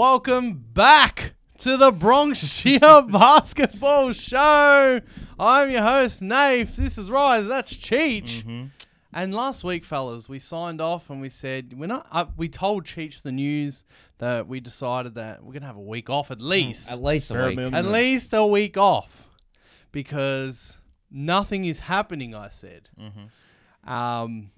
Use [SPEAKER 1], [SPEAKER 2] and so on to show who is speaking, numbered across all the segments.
[SPEAKER 1] Welcome back to the Bronx Shear Basketball Show. I'm your host, Naif. This is Rise. That's Cheech. And last week, fellas, we signed off and we said we're not. Up, we told Cheech the news that we decided that we're gonna have a week off at least,
[SPEAKER 2] At least a
[SPEAKER 3] Bare
[SPEAKER 2] week.
[SPEAKER 3] minimum.
[SPEAKER 1] at least a week off, because nothing is happening. I said.
[SPEAKER 2] Mm-hmm.
[SPEAKER 1] Um,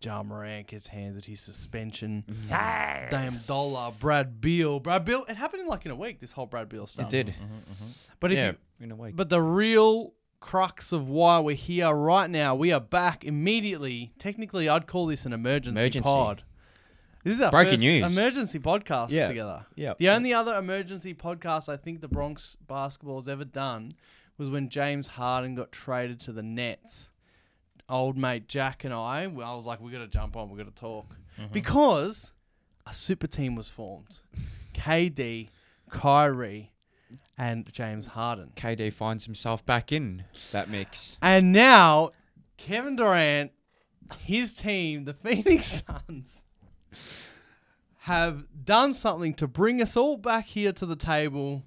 [SPEAKER 1] John Moran gets handed his suspension.
[SPEAKER 2] Mm-hmm.
[SPEAKER 1] Damn dollar, Brad Beal. Brad Beal. It happened in like in a week. This whole Brad Beal stuff.
[SPEAKER 2] It did.
[SPEAKER 1] Mm-hmm. But if
[SPEAKER 2] Yeah.
[SPEAKER 1] you,
[SPEAKER 2] In a week.
[SPEAKER 1] but the real crux of why we're here right now, we are back immediately. Technically, I'd call this an emergency,
[SPEAKER 2] Emergency.
[SPEAKER 1] pod. This is our
[SPEAKER 2] Breaking
[SPEAKER 1] first
[SPEAKER 2] news.
[SPEAKER 1] emergency podcast
[SPEAKER 2] Yeah.
[SPEAKER 1] together.
[SPEAKER 2] Yeah.
[SPEAKER 1] The only other emergency podcast I think the Bronx basketball has ever done was when James Harden got traded to the Nets. Old mate Jack and I, I was like, we got to jump on, we got to talk
[SPEAKER 2] Mm-hmm.
[SPEAKER 1] because a super team was formed. KD, Kyrie, and James Harden.
[SPEAKER 2] KD finds himself back in that mix.
[SPEAKER 1] And now Kevin Durant, his team, the Phoenix Suns, have done something to bring us all back here to the table.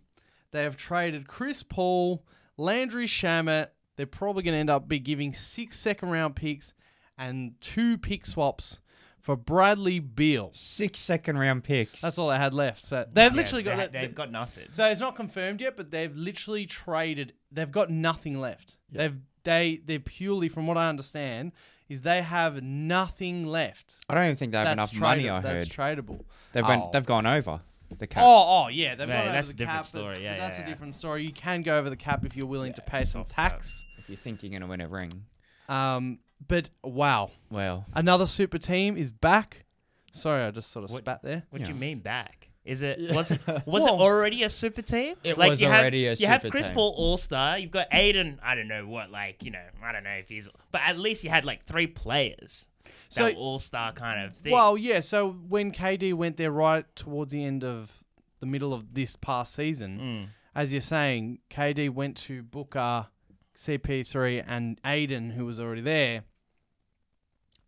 [SPEAKER 1] They have traded Chris Paul, Landry Shamet. They're probably going to end up be giving six second round picks and two pick swaps for Bradley Beal.
[SPEAKER 2] Six second round picks.
[SPEAKER 1] That's all they had left. So they've literally
[SPEAKER 3] Yeah,
[SPEAKER 1] got that.
[SPEAKER 3] they, have got nothing.
[SPEAKER 1] So it's not confirmed yet, but they've literally traded. They've got nothing left. They've they they're purely, from what I understand, is they have nothing left.
[SPEAKER 2] I don't even think they have
[SPEAKER 1] that's
[SPEAKER 2] enough money.
[SPEAKER 1] tradable-
[SPEAKER 2] I
[SPEAKER 1] that's
[SPEAKER 2] heard
[SPEAKER 1] tradable.
[SPEAKER 2] they've
[SPEAKER 1] Oh.
[SPEAKER 2] went, they've gone over the cap.
[SPEAKER 1] Oh, oh yeah, they've
[SPEAKER 3] Yeah,
[SPEAKER 1] gone over
[SPEAKER 3] that's a
[SPEAKER 1] the
[SPEAKER 3] different
[SPEAKER 1] cap, but-
[SPEAKER 3] story.
[SPEAKER 1] but
[SPEAKER 3] Yeah,
[SPEAKER 1] that's
[SPEAKER 3] yeah,
[SPEAKER 1] a
[SPEAKER 3] yeah.
[SPEAKER 1] different story. You can go over the cap if you're willing to pay some
[SPEAKER 3] soft cap.
[SPEAKER 1] tax.
[SPEAKER 2] If you think you're going to win a ring,
[SPEAKER 1] Um, but wow,
[SPEAKER 2] well,
[SPEAKER 1] another super team is back. Sorry, I just sort of
[SPEAKER 3] What-
[SPEAKER 1] spat there.
[SPEAKER 3] What do you
[SPEAKER 2] Yeah.
[SPEAKER 3] mean back? Is it was it was
[SPEAKER 1] Well-
[SPEAKER 3] it already a super team?
[SPEAKER 2] It
[SPEAKER 3] like
[SPEAKER 2] was
[SPEAKER 3] you have,
[SPEAKER 2] already a
[SPEAKER 3] You have
[SPEAKER 2] super
[SPEAKER 3] Chris
[SPEAKER 2] team.
[SPEAKER 3] Paul All Star. You've got Aiden. I don't know what like you know. I don't know if he's. But at least you had like three players.
[SPEAKER 1] So-
[SPEAKER 3] So All Star kind of thing.
[SPEAKER 1] Well, yeah. So when KD went there right towards the end of the middle of this past
[SPEAKER 3] Hmm.
[SPEAKER 1] season, as you're saying, KD went to Booker, CP3, and Aiden, who was already there.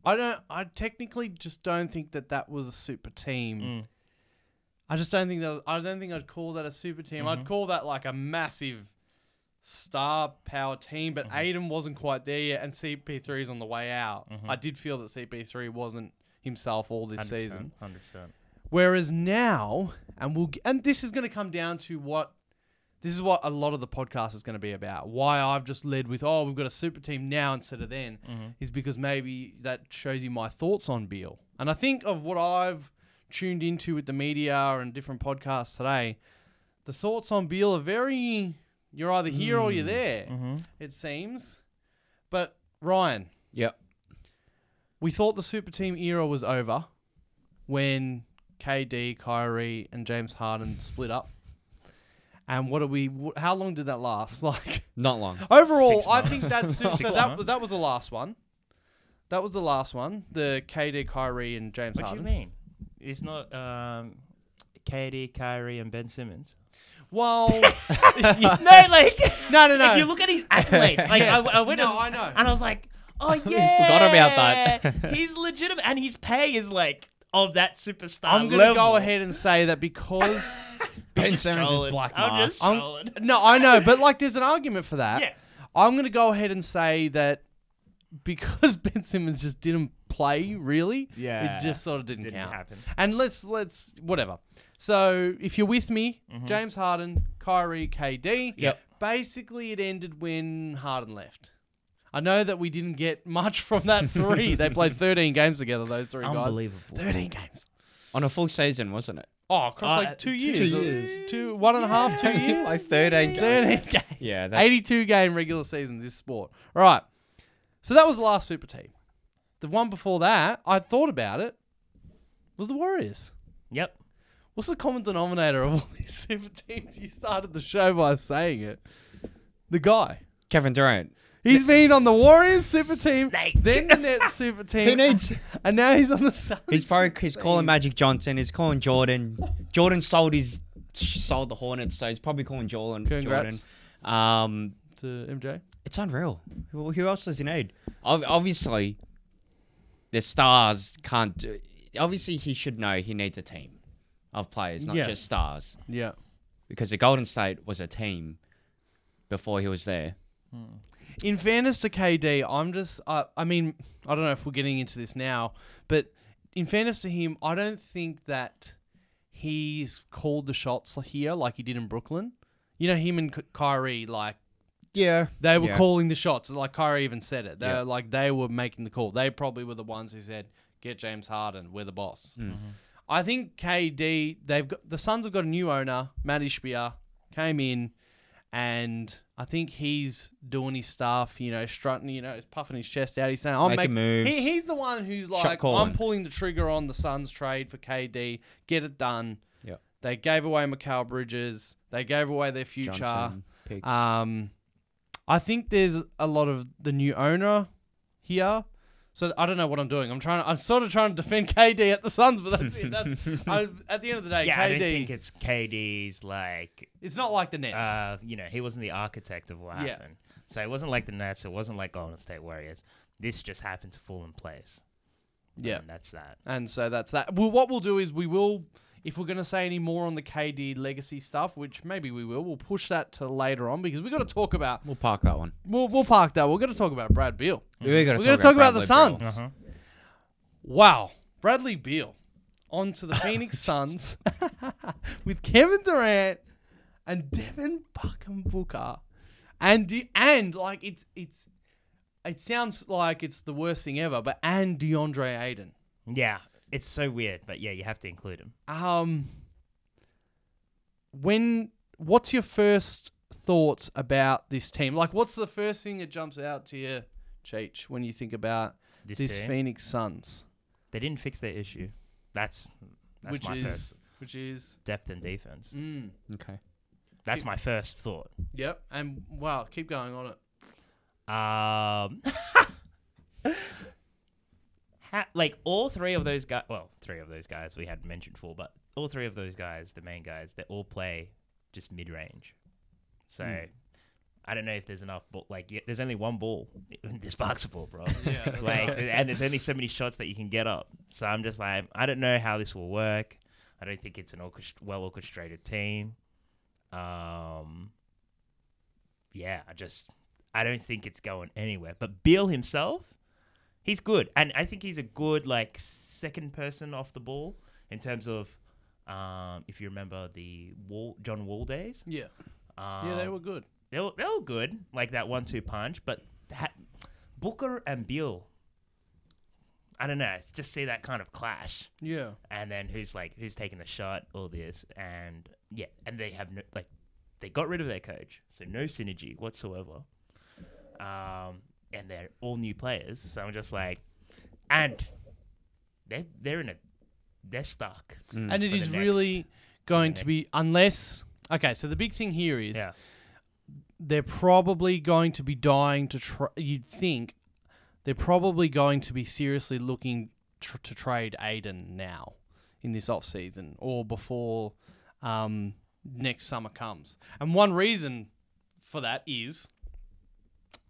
[SPEAKER 1] I don't. I technically just don't think that that was a super team.
[SPEAKER 3] Mm.
[SPEAKER 1] I just don't think that. I don't think I'd call that a super team.
[SPEAKER 3] Mm-hmm.
[SPEAKER 1] I'd call that like a massive star power team.
[SPEAKER 3] Mm-hmm.
[SPEAKER 1] But Aiden wasn't quite there yet, and CP3 is on the way out. I did feel that CP3 wasn't himself all this season.
[SPEAKER 3] Mm-hmm. hundred percent.
[SPEAKER 1] Whereas now, and we'll g- and this is going to come down to what this is what a lot of the podcast is going to be about. Why I've just led with oh we've got a super team now instead of then is because maybe that shows you my thoughts on Beal. And I think of what I've tuned into with the media and different podcasts today, the thoughts on Beal are very you're either here or you're there. It seems. But Ryan,
[SPEAKER 2] yep.
[SPEAKER 1] we thought the super team era was over when KD, Kyrie, and James Harden split up. And what are we? wh- How long did that last? Like
[SPEAKER 2] Not long.
[SPEAKER 1] overall,
[SPEAKER 3] Six
[SPEAKER 1] I think that's so.
[SPEAKER 3] Six
[SPEAKER 1] That
[SPEAKER 3] months.
[SPEAKER 1] that was the last one. That was the last one. The KD, Kyrie, and James
[SPEAKER 3] What do you
[SPEAKER 1] Harden.
[SPEAKER 3] mean? It's not um, KD, Kyrie, and Ben Simmons.
[SPEAKER 1] Well,
[SPEAKER 3] no, like
[SPEAKER 1] no, no, no.
[SPEAKER 3] If you look at his accolades, like
[SPEAKER 1] Yes.
[SPEAKER 3] I, I went
[SPEAKER 1] No,
[SPEAKER 3] and,
[SPEAKER 1] I know.
[SPEAKER 3] and I was like, oh yeah,
[SPEAKER 2] forgot about that.
[SPEAKER 3] he's legitimate, and his pay is like of that superstar.
[SPEAKER 1] I'm gonna
[SPEAKER 3] level.
[SPEAKER 1] go ahead and say that because
[SPEAKER 2] Ben Simmons
[SPEAKER 3] Trolling.
[SPEAKER 2] is black
[SPEAKER 3] I'm
[SPEAKER 2] mark.
[SPEAKER 3] just
[SPEAKER 1] I'm-
[SPEAKER 3] trolling.
[SPEAKER 1] no, I know, but like, there's an argument for that.
[SPEAKER 3] Yeah.
[SPEAKER 1] I'm going to go ahead and say that because Ben Simmons just didn't play really,
[SPEAKER 3] Yeah.
[SPEAKER 1] it just sort of didn't,
[SPEAKER 3] Didn't
[SPEAKER 1] count.
[SPEAKER 3] happen.
[SPEAKER 1] And let's let's whatever. So if you're with me, James Harden, Kyrie, KD.
[SPEAKER 2] Yep.
[SPEAKER 1] Basically, it ended when Harden left. I know that we didn't get much from that three. they played 13 games together. Those three guys.
[SPEAKER 3] Unbelievable.
[SPEAKER 1] 13 games.
[SPEAKER 2] On a full season, wasn't it?
[SPEAKER 1] Oh, across
[SPEAKER 3] Uh,
[SPEAKER 1] like two
[SPEAKER 3] two
[SPEAKER 1] years.
[SPEAKER 2] years.
[SPEAKER 1] Two, one and a half, two years.
[SPEAKER 2] like 13
[SPEAKER 1] 13 games.
[SPEAKER 2] Yeah, that-
[SPEAKER 1] 82 game regular season this sport. All right. So that was the last Super Team. The one before that, I thought about it, was the Warriors.
[SPEAKER 3] Yep.
[SPEAKER 1] What's the common denominator of all these Super Teams? You started the show by saying it. The guy.
[SPEAKER 2] Kevin Durant.
[SPEAKER 1] He's been on the Warriors Super Team,
[SPEAKER 3] Snake.
[SPEAKER 1] then the Nets Super Team.
[SPEAKER 2] He needs.
[SPEAKER 1] And now he's on the Suns.
[SPEAKER 2] He's probably he's calling Magic Johnson. He's calling Jordan. Jordan sold his sold the Hornets, so he's probably calling Jordan.
[SPEAKER 1] Congrats.
[SPEAKER 2] Jordan. Um,
[SPEAKER 1] to MJ.
[SPEAKER 2] it's unreal. Who, who else does he need? Ob- obviously, the stars can't do. Obviously, he should know he needs a team. of players, not
[SPEAKER 1] Yes.
[SPEAKER 2] just stars.
[SPEAKER 1] Yeah.
[SPEAKER 2] Because the Golden State was a team before he was there.
[SPEAKER 1] In fairness to KD, I'm just I I mean, I don't know if we're getting into this now, but in fairness to him, I don't think that he's called the shots here like he did in Brooklyn. You know, him and Ky- Kyrie, like
[SPEAKER 2] Yeah.
[SPEAKER 1] they were
[SPEAKER 2] Yeah.
[SPEAKER 1] calling the shots. Like Kyrie even said it. They
[SPEAKER 2] Yeah.
[SPEAKER 1] were like they were making the call. They probably were the ones who said, "Get James Harden. We're the boss."
[SPEAKER 2] Mm.
[SPEAKER 1] I think KD. They've got the Suns have got a new owner, Matt Ishbia, came in, and I think he's doing his stuff. You know, strutting. You know, he's puffing his chest out. He's saying, "I'm
[SPEAKER 2] Making
[SPEAKER 1] making
[SPEAKER 2] moves.
[SPEAKER 1] He, he's the one who's
[SPEAKER 2] Shot
[SPEAKER 1] like, "I'm
[SPEAKER 2] calling.
[SPEAKER 1] pulling the trigger on the Suns trade for KD. Get it done."
[SPEAKER 2] Yep.
[SPEAKER 1] They gave away Mikal Bridges. They gave away their future.
[SPEAKER 2] Johnson, picks.
[SPEAKER 1] Um, I think there's a lot of the new owner here. So I don't know what I'm doing. I'm trying. I'm sort of trying to defend KD at the Suns, but that's it. That's, I, at the end of the day,
[SPEAKER 3] yeah, I
[SPEAKER 1] KD.
[SPEAKER 3] don't think it's KD's like
[SPEAKER 1] it's not like the Nets.
[SPEAKER 3] uh, you know, he wasn't the architect of what
[SPEAKER 1] Yeah.
[SPEAKER 3] happened. So it wasn't like the Nets, it wasn't like Golden State Warriors. This just happened to fall in place.
[SPEAKER 1] yeah,
[SPEAKER 3] And that's that.
[SPEAKER 1] and so that's that. Well, what we'll do is we will, if we're going to say any more on the KD legacy stuff, which maybe we will, we'll push that to later on because we got to talk about.
[SPEAKER 2] we'll park that one.
[SPEAKER 1] We'll, we'll park that. We're going to talk about Brad Beal.
[SPEAKER 2] We're going
[SPEAKER 1] We're
[SPEAKER 2] to
[SPEAKER 1] going
[SPEAKER 2] talk,
[SPEAKER 1] to talk about the
[SPEAKER 2] Bradley
[SPEAKER 1] Suns.
[SPEAKER 2] Beal.
[SPEAKER 1] Wow. Bradley Beal on to the Phoenix Suns with Kevin Durant and Devin Buckham Booker. And De- and like it's it's it sounds like it's the worst thing ever, but and DeAndre Ayton.
[SPEAKER 3] Yeah. It's so weird, but yeah, you have to include him.
[SPEAKER 1] Um when what's your first thoughts about this team? Like what's the first thing that jumps out to you, Cheech, when you think about
[SPEAKER 3] This,
[SPEAKER 1] this,
[SPEAKER 3] team.
[SPEAKER 1] Phoenix Suns?
[SPEAKER 3] they didn't fix their issue. That's that's
[SPEAKER 1] which
[SPEAKER 3] my
[SPEAKER 1] is
[SPEAKER 3] first
[SPEAKER 1] which is
[SPEAKER 3] depth and defense.
[SPEAKER 1] mm,
[SPEAKER 2] Okay.
[SPEAKER 3] That's my first thought.
[SPEAKER 1] Yep. And wow, keep going on it.
[SPEAKER 3] Um, ha- like all three of those guys. Well, three of those guys we had mentioned four, but all three of those guys, the main guys, they all play just mid range. So
[SPEAKER 1] Hmm.
[SPEAKER 3] I don't know if there's enough. Ball, like, y there's only one ball. This basketball, bro.
[SPEAKER 1] Yeah, that's
[SPEAKER 3] like,
[SPEAKER 1] right.
[SPEAKER 3] and there's only so many shots that you can get up. So I'm just like, I don't know how this will work. I don't think it's an orchest- well orchestrated team. Um, yeah, I just I don't think it's going anywhere. But Beal himself, he's good, and I think he's a good like second person off the ball in terms of um, if you remember the Wall, John Wall days.
[SPEAKER 1] Yeah.
[SPEAKER 3] Um,
[SPEAKER 1] Yeah, they were good.
[SPEAKER 3] they were, they were good, like that one-two punch. But that, Booker and Beal, I don't know. It's just see that kind of clash,
[SPEAKER 1] Yeah.
[SPEAKER 3] and then who's like who's taking the shot, all this, and yeah, and they have no like they got rid of their coach, so no synergy whatsoever. Um, and they're all new players, so I'm just like, and they they're in a they're stuck.
[SPEAKER 1] And it
[SPEAKER 3] mm, For the
[SPEAKER 1] is
[SPEAKER 3] next-
[SPEAKER 1] really going
[SPEAKER 3] the
[SPEAKER 1] to be unless okay, so the big thing here is
[SPEAKER 3] Yeah,
[SPEAKER 1] they're probably going to be dying to try you'd think they're probably going to be seriously looking tr- to trade Aiden now in this offseason or before um, next summer comes. And one reason for that is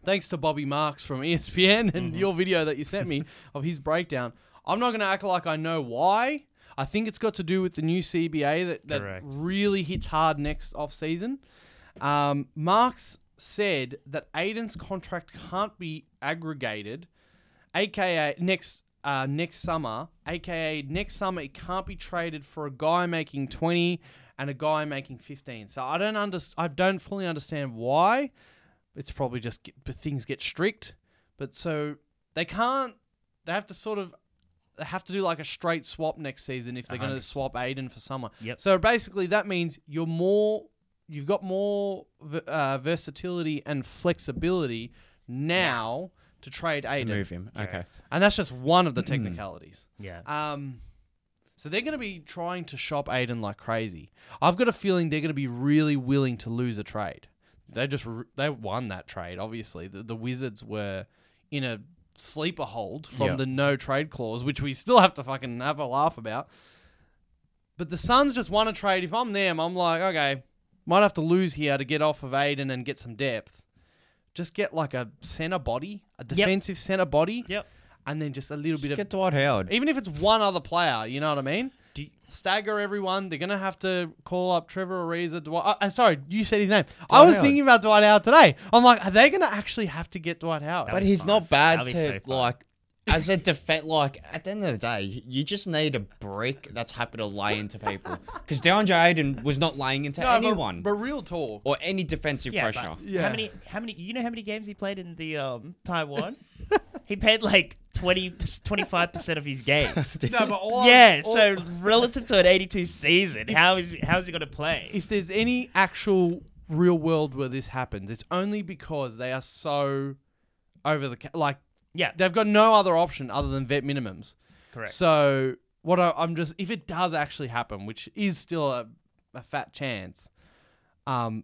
[SPEAKER 1] thanks to Bobby Marks from E ESPN and your video that you sent me of his breakdown. I'm not going to act like I know why. I think it's got to do with the new CBA that, that
[SPEAKER 3] Correct.
[SPEAKER 1] really hits hard next off season. Um, Marks said that Aiden's contract can't be aggregated, aka next uh, next summer, aka next summer it can't be traded for a guy making twenty and a guy making fifteen. So I don't under- I don't fully understand why. It's probably just get, but things get strict, but so they can't. They have to sort of they have to do like a straight swap next season if they're going to
[SPEAKER 3] 100.
[SPEAKER 1] swap Aiden for someone.
[SPEAKER 3] Yep.
[SPEAKER 1] So basically, that means you're more, you've got more v- uh, versatility and flexibility now to trade
[SPEAKER 2] To
[SPEAKER 1] Aiden,
[SPEAKER 2] move him. Okay.
[SPEAKER 3] Correct.
[SPEAKER 1] and that's just one of the technicalities.
[SPEAKER 3] yeah.
[SPEAKER 1] Um, so they're going to be trying to shop Aiden like crazy. I've got a feeling they're going to be really willing to lose a trade. They just r they won that trade. Obviously, the, the Wizards were in a sleeper hold from
[SPEAKER 2] Yeah.
[SPEAKER 1] the no trade clause, which we still have to fucking have a laugh about. But the Suns just won a trade. If I'm them, I'm like, okay, might have to lose here to get off of Aiden and get some depth. Just get like a center body, a defensive center body,
[SPEAKER 3] Yep.
[SPEAKER 1] and then just a little bit of
[SPEAKER 2] Get Dwight Howard.
[SPEAKER 1] even if it's one other player, you know what I mean?
[SPEAKER 3] Do you-
[SPEAKER 1] stagger everyone. They're gonna have to call up Trevor Ariza. Dwight. Uh, uh, sorry, you said his name. I was
[SPEAKER 2] Howard.
[SPEAKER 1] thinking about Dwight Howard today. I'm like, are they gonna actually have to get Dwight Howard?
[SPEAKER 3] That'd
[SPEAKER 2] But
[SPEAKER 3] be
[SPEAKER 2] he's
[SPEAKER 3] fun.
[SPEAKER 2] not bad
[SPEAKER 3] That'd be
[SPEAKER 2] to
[SPEAKER 3] so fun.
[SPEAKER 2] like as a defense. Like at the end of the day, you just need a brick that's happy to lay into people. Because DeAndre Aiden was not laying into
[SPEAKER 1] No, but-
[SPEAKER 2] anyone
[SPEAKER 1] but, real talk.
[SPEAKER 2] or any defensive
[SPEAKER 3] Yeah, but
[SPEAKER 2] pressure.
[SPEAKER 1] Yeah.
[SPEAKER 3] How many? How many? You know how many games he played in the um, Taiwan? he played like 25 percent of his games.
[SPEAKER 1] No, but all
[SPEAKER 3] yeah.
[SPEAKER 1] all-
[SPEAKER 3] so relative to an eighty-two season, how is how is he going to play?
[SPEAKER 1] if there's any actual real world where this happens, it's only because they are so over the ca- like
[SPEAKER 3] yeah.
[SPEAKER 1] they've got no other option other than vet minimums.
[SPEAKER 3] Correct.
[SPEAKER 1] So what I, I'm just if it does actually happen, which is still a, a fat chance, um,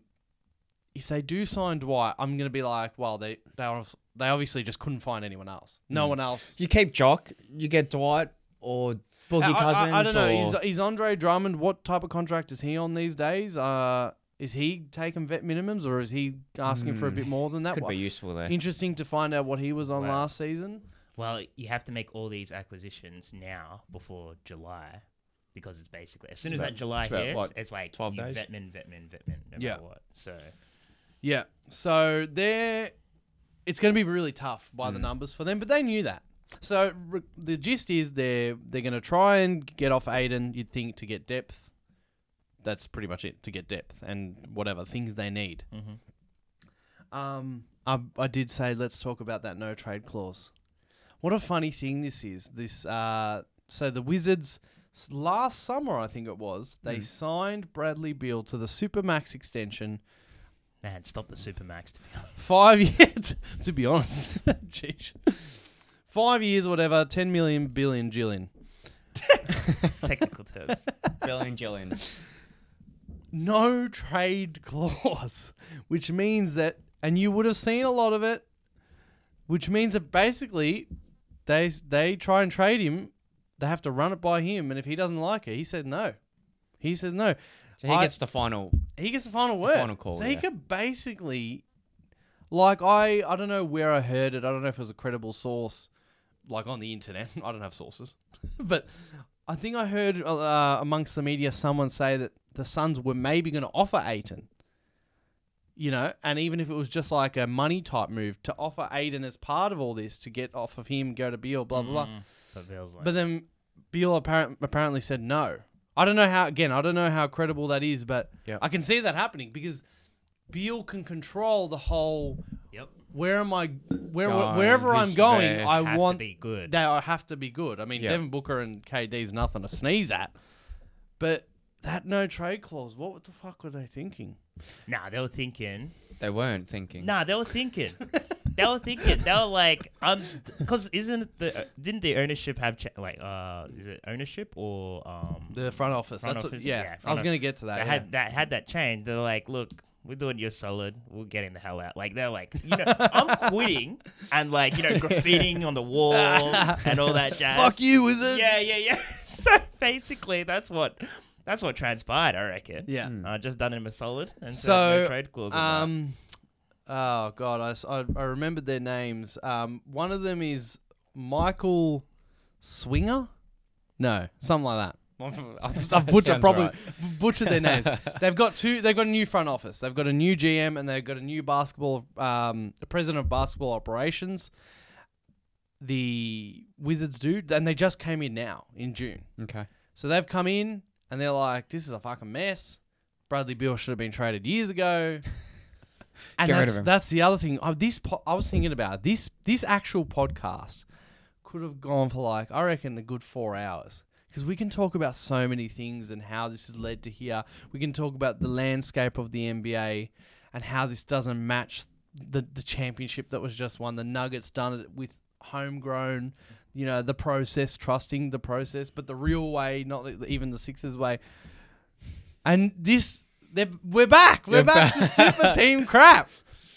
[SPEAKER 1] if they do sign Dwight, I'm gonna be like, well, they they obv- they obviously just couldn't find anyone else. No
[SPEAKER 2] Hmm.
[SPEAKER 1] one else.
[SPEAKER 2] You keep Jock, you get Dwight or Boogie
[SPEAKER 1] I, I-
[SPEAKER 2] Cousins.
[SPEAKER 1] I, I don't know. Is,
[SPEAKER 2] or-
[SPEAKER 1] is Andre Drummond what type of contract is he on these days? Uh, is he taking vet minimums or is he asking for a bit more than that?
[SPEAKER 2] Hmm. could
[SPEAKER 1] Wha-
[SPEAKER 2] be useful there.
[SPEAKER 1] Interesting to find out what he was on
[SPEAKER 3] Wow.
[SPEAKER 1] last season.
[SPEAKER 3] Well, you have to make all these acquisitions now before July, because it's basically as soon as
[SPEAKER 2] about-
[SPEAKER 3] that July
[SPEAKER 2] it's about,
[SPEAKER 3] hits,
[SPEAKER 2] what,
[SPEAKER 3] it's like
[SPEAKER 2] 12
[SPEAKER 3] you
[SPEAKER 2] days?
[SPEAKER 3] Vetman, Vetman, Vetman, no
[SPEAKER 1] Yeah.
[SPEAKER 3] matter what. So
[SPEAKER 1] Yeah. So they're it's going to be really tough by the numbers for them, but they knew that. So re- the gist is they're they're going to try and get off Aiden. You'd think to get depth. That's pretty much it to get depth and whatever things they need. Um, I I did say let's talk about that no trade clause. What a funny thing this is. This uh, so the Wizards s- last summer I think it was they signed Bradley Beal to the supermax extension
[SPEAKER 3] man, stop the supermax. To be honest.
[SPEAKER 1] five years to be honest Jeez. five years whatever 10 million billion jillion
[SPEAKER 3] Technical terms.
[SPEAKER 2] Bill and Jillian.
[SPEAKER 1] no trade clause which means that and you would have seen a lot of it which means that basically they they try and trade him they have to run it by him and if he doesn't like it he said no he says no
[SPEAKER 2] So he
[SPEAKER 1] I-
[SPEAKER 2] gets the final.
[SPEAKER 1] He gets the final word.
[SPEAKER 2] final call,
[SPEAKER 1] So he
[SPEAKER 2] yeah.
[SPEAKER 1] could basically, like I, I don't know where I heard it. I don't know if it was a credible source, like on the internet. I don't have sources, but I think I heard uh, amongst the media someone say that the Suns were maybe going to offer Aiton. You know, and even if it was just like a money type move to offer Aiden as part of all this to get off of him, go to Beal, blah blah
[SPEAKER 2] Mm.
[SPEAKER 1] blah.
[SPEAKER 3] But Bill's like,
[SPEAKER 1] But then Beal apparent, apparently said no. I don't know how. Again, I don't know how credible that is, but
[SPEAKER 2] Yep.
[SPEAKER 1] I can see that happening because Beal can control the whole.
[SPEAKER 3] yep,
[SPEAKER 1] Where am I? Where
[SPEAKER 2] Going,
[SPEAKER 1] wherever I'm
[SPEAKER 2] who's
[SPEAKER 1] going,
[SPEAKER 2] there,
[SPEAKER 1] I
[SPEAKER 3] have
[SPEAKER 1] want
[SPEAKER 3] to be good.
[SPEAKER 1] they I have to be good. I mean,
[SPEAKER 2] Yeah.
[SPEAKER 1] Devin Booker and KD's nothing to sneeze at, but that no trade clause. What the fuck were they thinking?
[SPEAKER 3] nah, they were thinking.
[SPEAKER 2] They weren't thinking.
[SPEAKER 3] Nah, they were thinking. they were thinking. They were like, um, because isn't it the uh, didn't the ownership have cha- like uh is it ownership or um
[SPEAKER 1] The front office.
[SPEAKER 3] Front
[SPEAKER 1] that's
[SPEAKER 3] office,
[SPEAKER 1] What, yeah,
[SPEAKER 3] yeah,
[SPEAKER 1] I
[SPEAKER 3] front
[SPEAKER 1] was
[SPEAKER 3] of-
[SPEAKER 1] going to get to that.
[SPEAKER 3] that
[SPEAKER 1] yeah.
[SPEAKER 3] had that had that change, they're like, look, we're doing you a solid. We're getting the hell out. Like they're like, you know, I'm quitting and like you know, graffitiing on the wall and all that jazz.
[SPEAKER 2] you, is it?
[SPEAKER 3] Yeah, yeah, yeah. so basically, that's what that's what transpired. I reckon. Mm.
[SPEAKER 1] Yeah.
[SPEAKER 3] I just done him a solid and so,
[SPEAKER 1] So,
[SPEAKER 3] no trade clause. Um,
[SPEAKER 1] Um, oh god, I s- I, I remembered their names. Um, one of them is Michael Swinger. No, something like that. I've, just- I've butchered
[SPEAKER 2] Sounds
[SPEAKER 1] probably
[SPEAKER 2] right.
[SPEAKER 1] b- butchered their names. they've got two. They've got a new front office. They've got a new GM and they've got a new basketball um, president of basketball operations. The Wizards dude, and they just came in now in June.
[SPEAKER 2] Okay.
[SPEAKER 1] So they've come in and they're like, "This is a fucking mess. Bradley Beal should have been traded years ago." And
[SPEAKER 2] Get rid
[SPEAKER 1] that's,
[SPEAKER 2] of him.
[SPEAKER 1] that's the other thing. Uh, this po- I was thinking about it. this this actual podcast could have gone for like I reckon a good four hours because we can talk about so many things and how this has led to here. We can talk about the landscape of the NBA and how this doesn't match the the championship that was just won. The Nuggets done it with homegrown, you know, the process, trusting the process, but the real way, not even the Sixers way. And this, they're, we're back. We're
[SPEAKER 2] You're
[SPEAKER 1] back, to super team crap.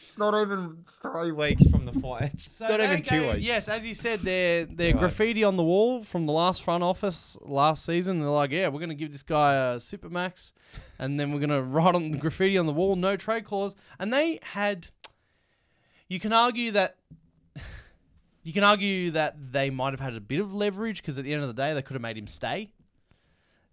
[SPEAKER 2] It's not even three weeks from the fight. It's
[SPEAKER 1] So
[SPEAKER 2] not
[SPEAKER 1] they
[SPEAKER 2] even two
[SPEAKER 1] gave-
[SPEAKER 2] weeks.
[SPEAKER 1] Yes, as you said, they're, they're
[SPEAKER 2] Right.
[SPEAKER 1] graffiti on the wall from the last front office last season. They're like, yeah, we're going to give this guy a supermax, and then we're going to write on the graffiti on the wall, no trade clause. And they had. You can argue that. You can argue that they might have had a bit of leverage because at the end of the day, they could have made him stay.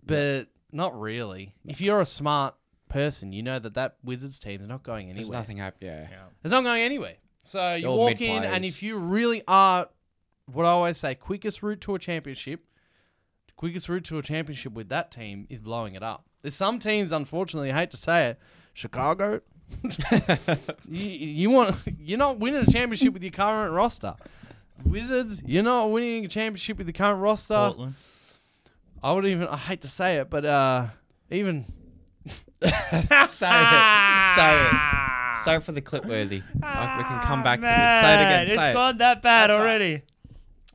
[SPEAKER 1] but not really. If you're a smart person, you know that that Wizards team's not going
[SPEAKER 2] There's
[SPEAKER 1] anywhere.
[SPEAKER 2] nothing happening. Yeah.
[SPEAKER 3] Yeah.
[SPEAKER 1] It's not going anywhere. So you
[SPEAKER 2] all
[SPEAKER 1] walk in,
[SPEAKER 2] mid-players.
[SPEAKER 1] and if you really are, what I always say, quickest route to a championship, the quickest route to a championship with that team is blowing it up. There's some teams, unfortunately, I hate to say it, Chicago. you, you want you're not winning a championship with your current roster. Wizards, you're not winning a championship with the current roster.
[SPEAKER 3] Portland.
[SPEAKER 1] I would even I hate to say it, but uh, even
[SPEAKER 2] say it. Say it.
[SPEAKER 1] Ah.
[SPEAKER 2] Say it for the clip worthy. Like, we can come back
[SPEAKER 3] Ah! Man,
[SPEAKER 2] to this. Say it again. Say
[SPEAKER 3] It's
[SPEAKER 2] it.
[SPEAKER 3] gone that bad
[SPEAKER 1] That's all right.
[SPEAKER 3] already.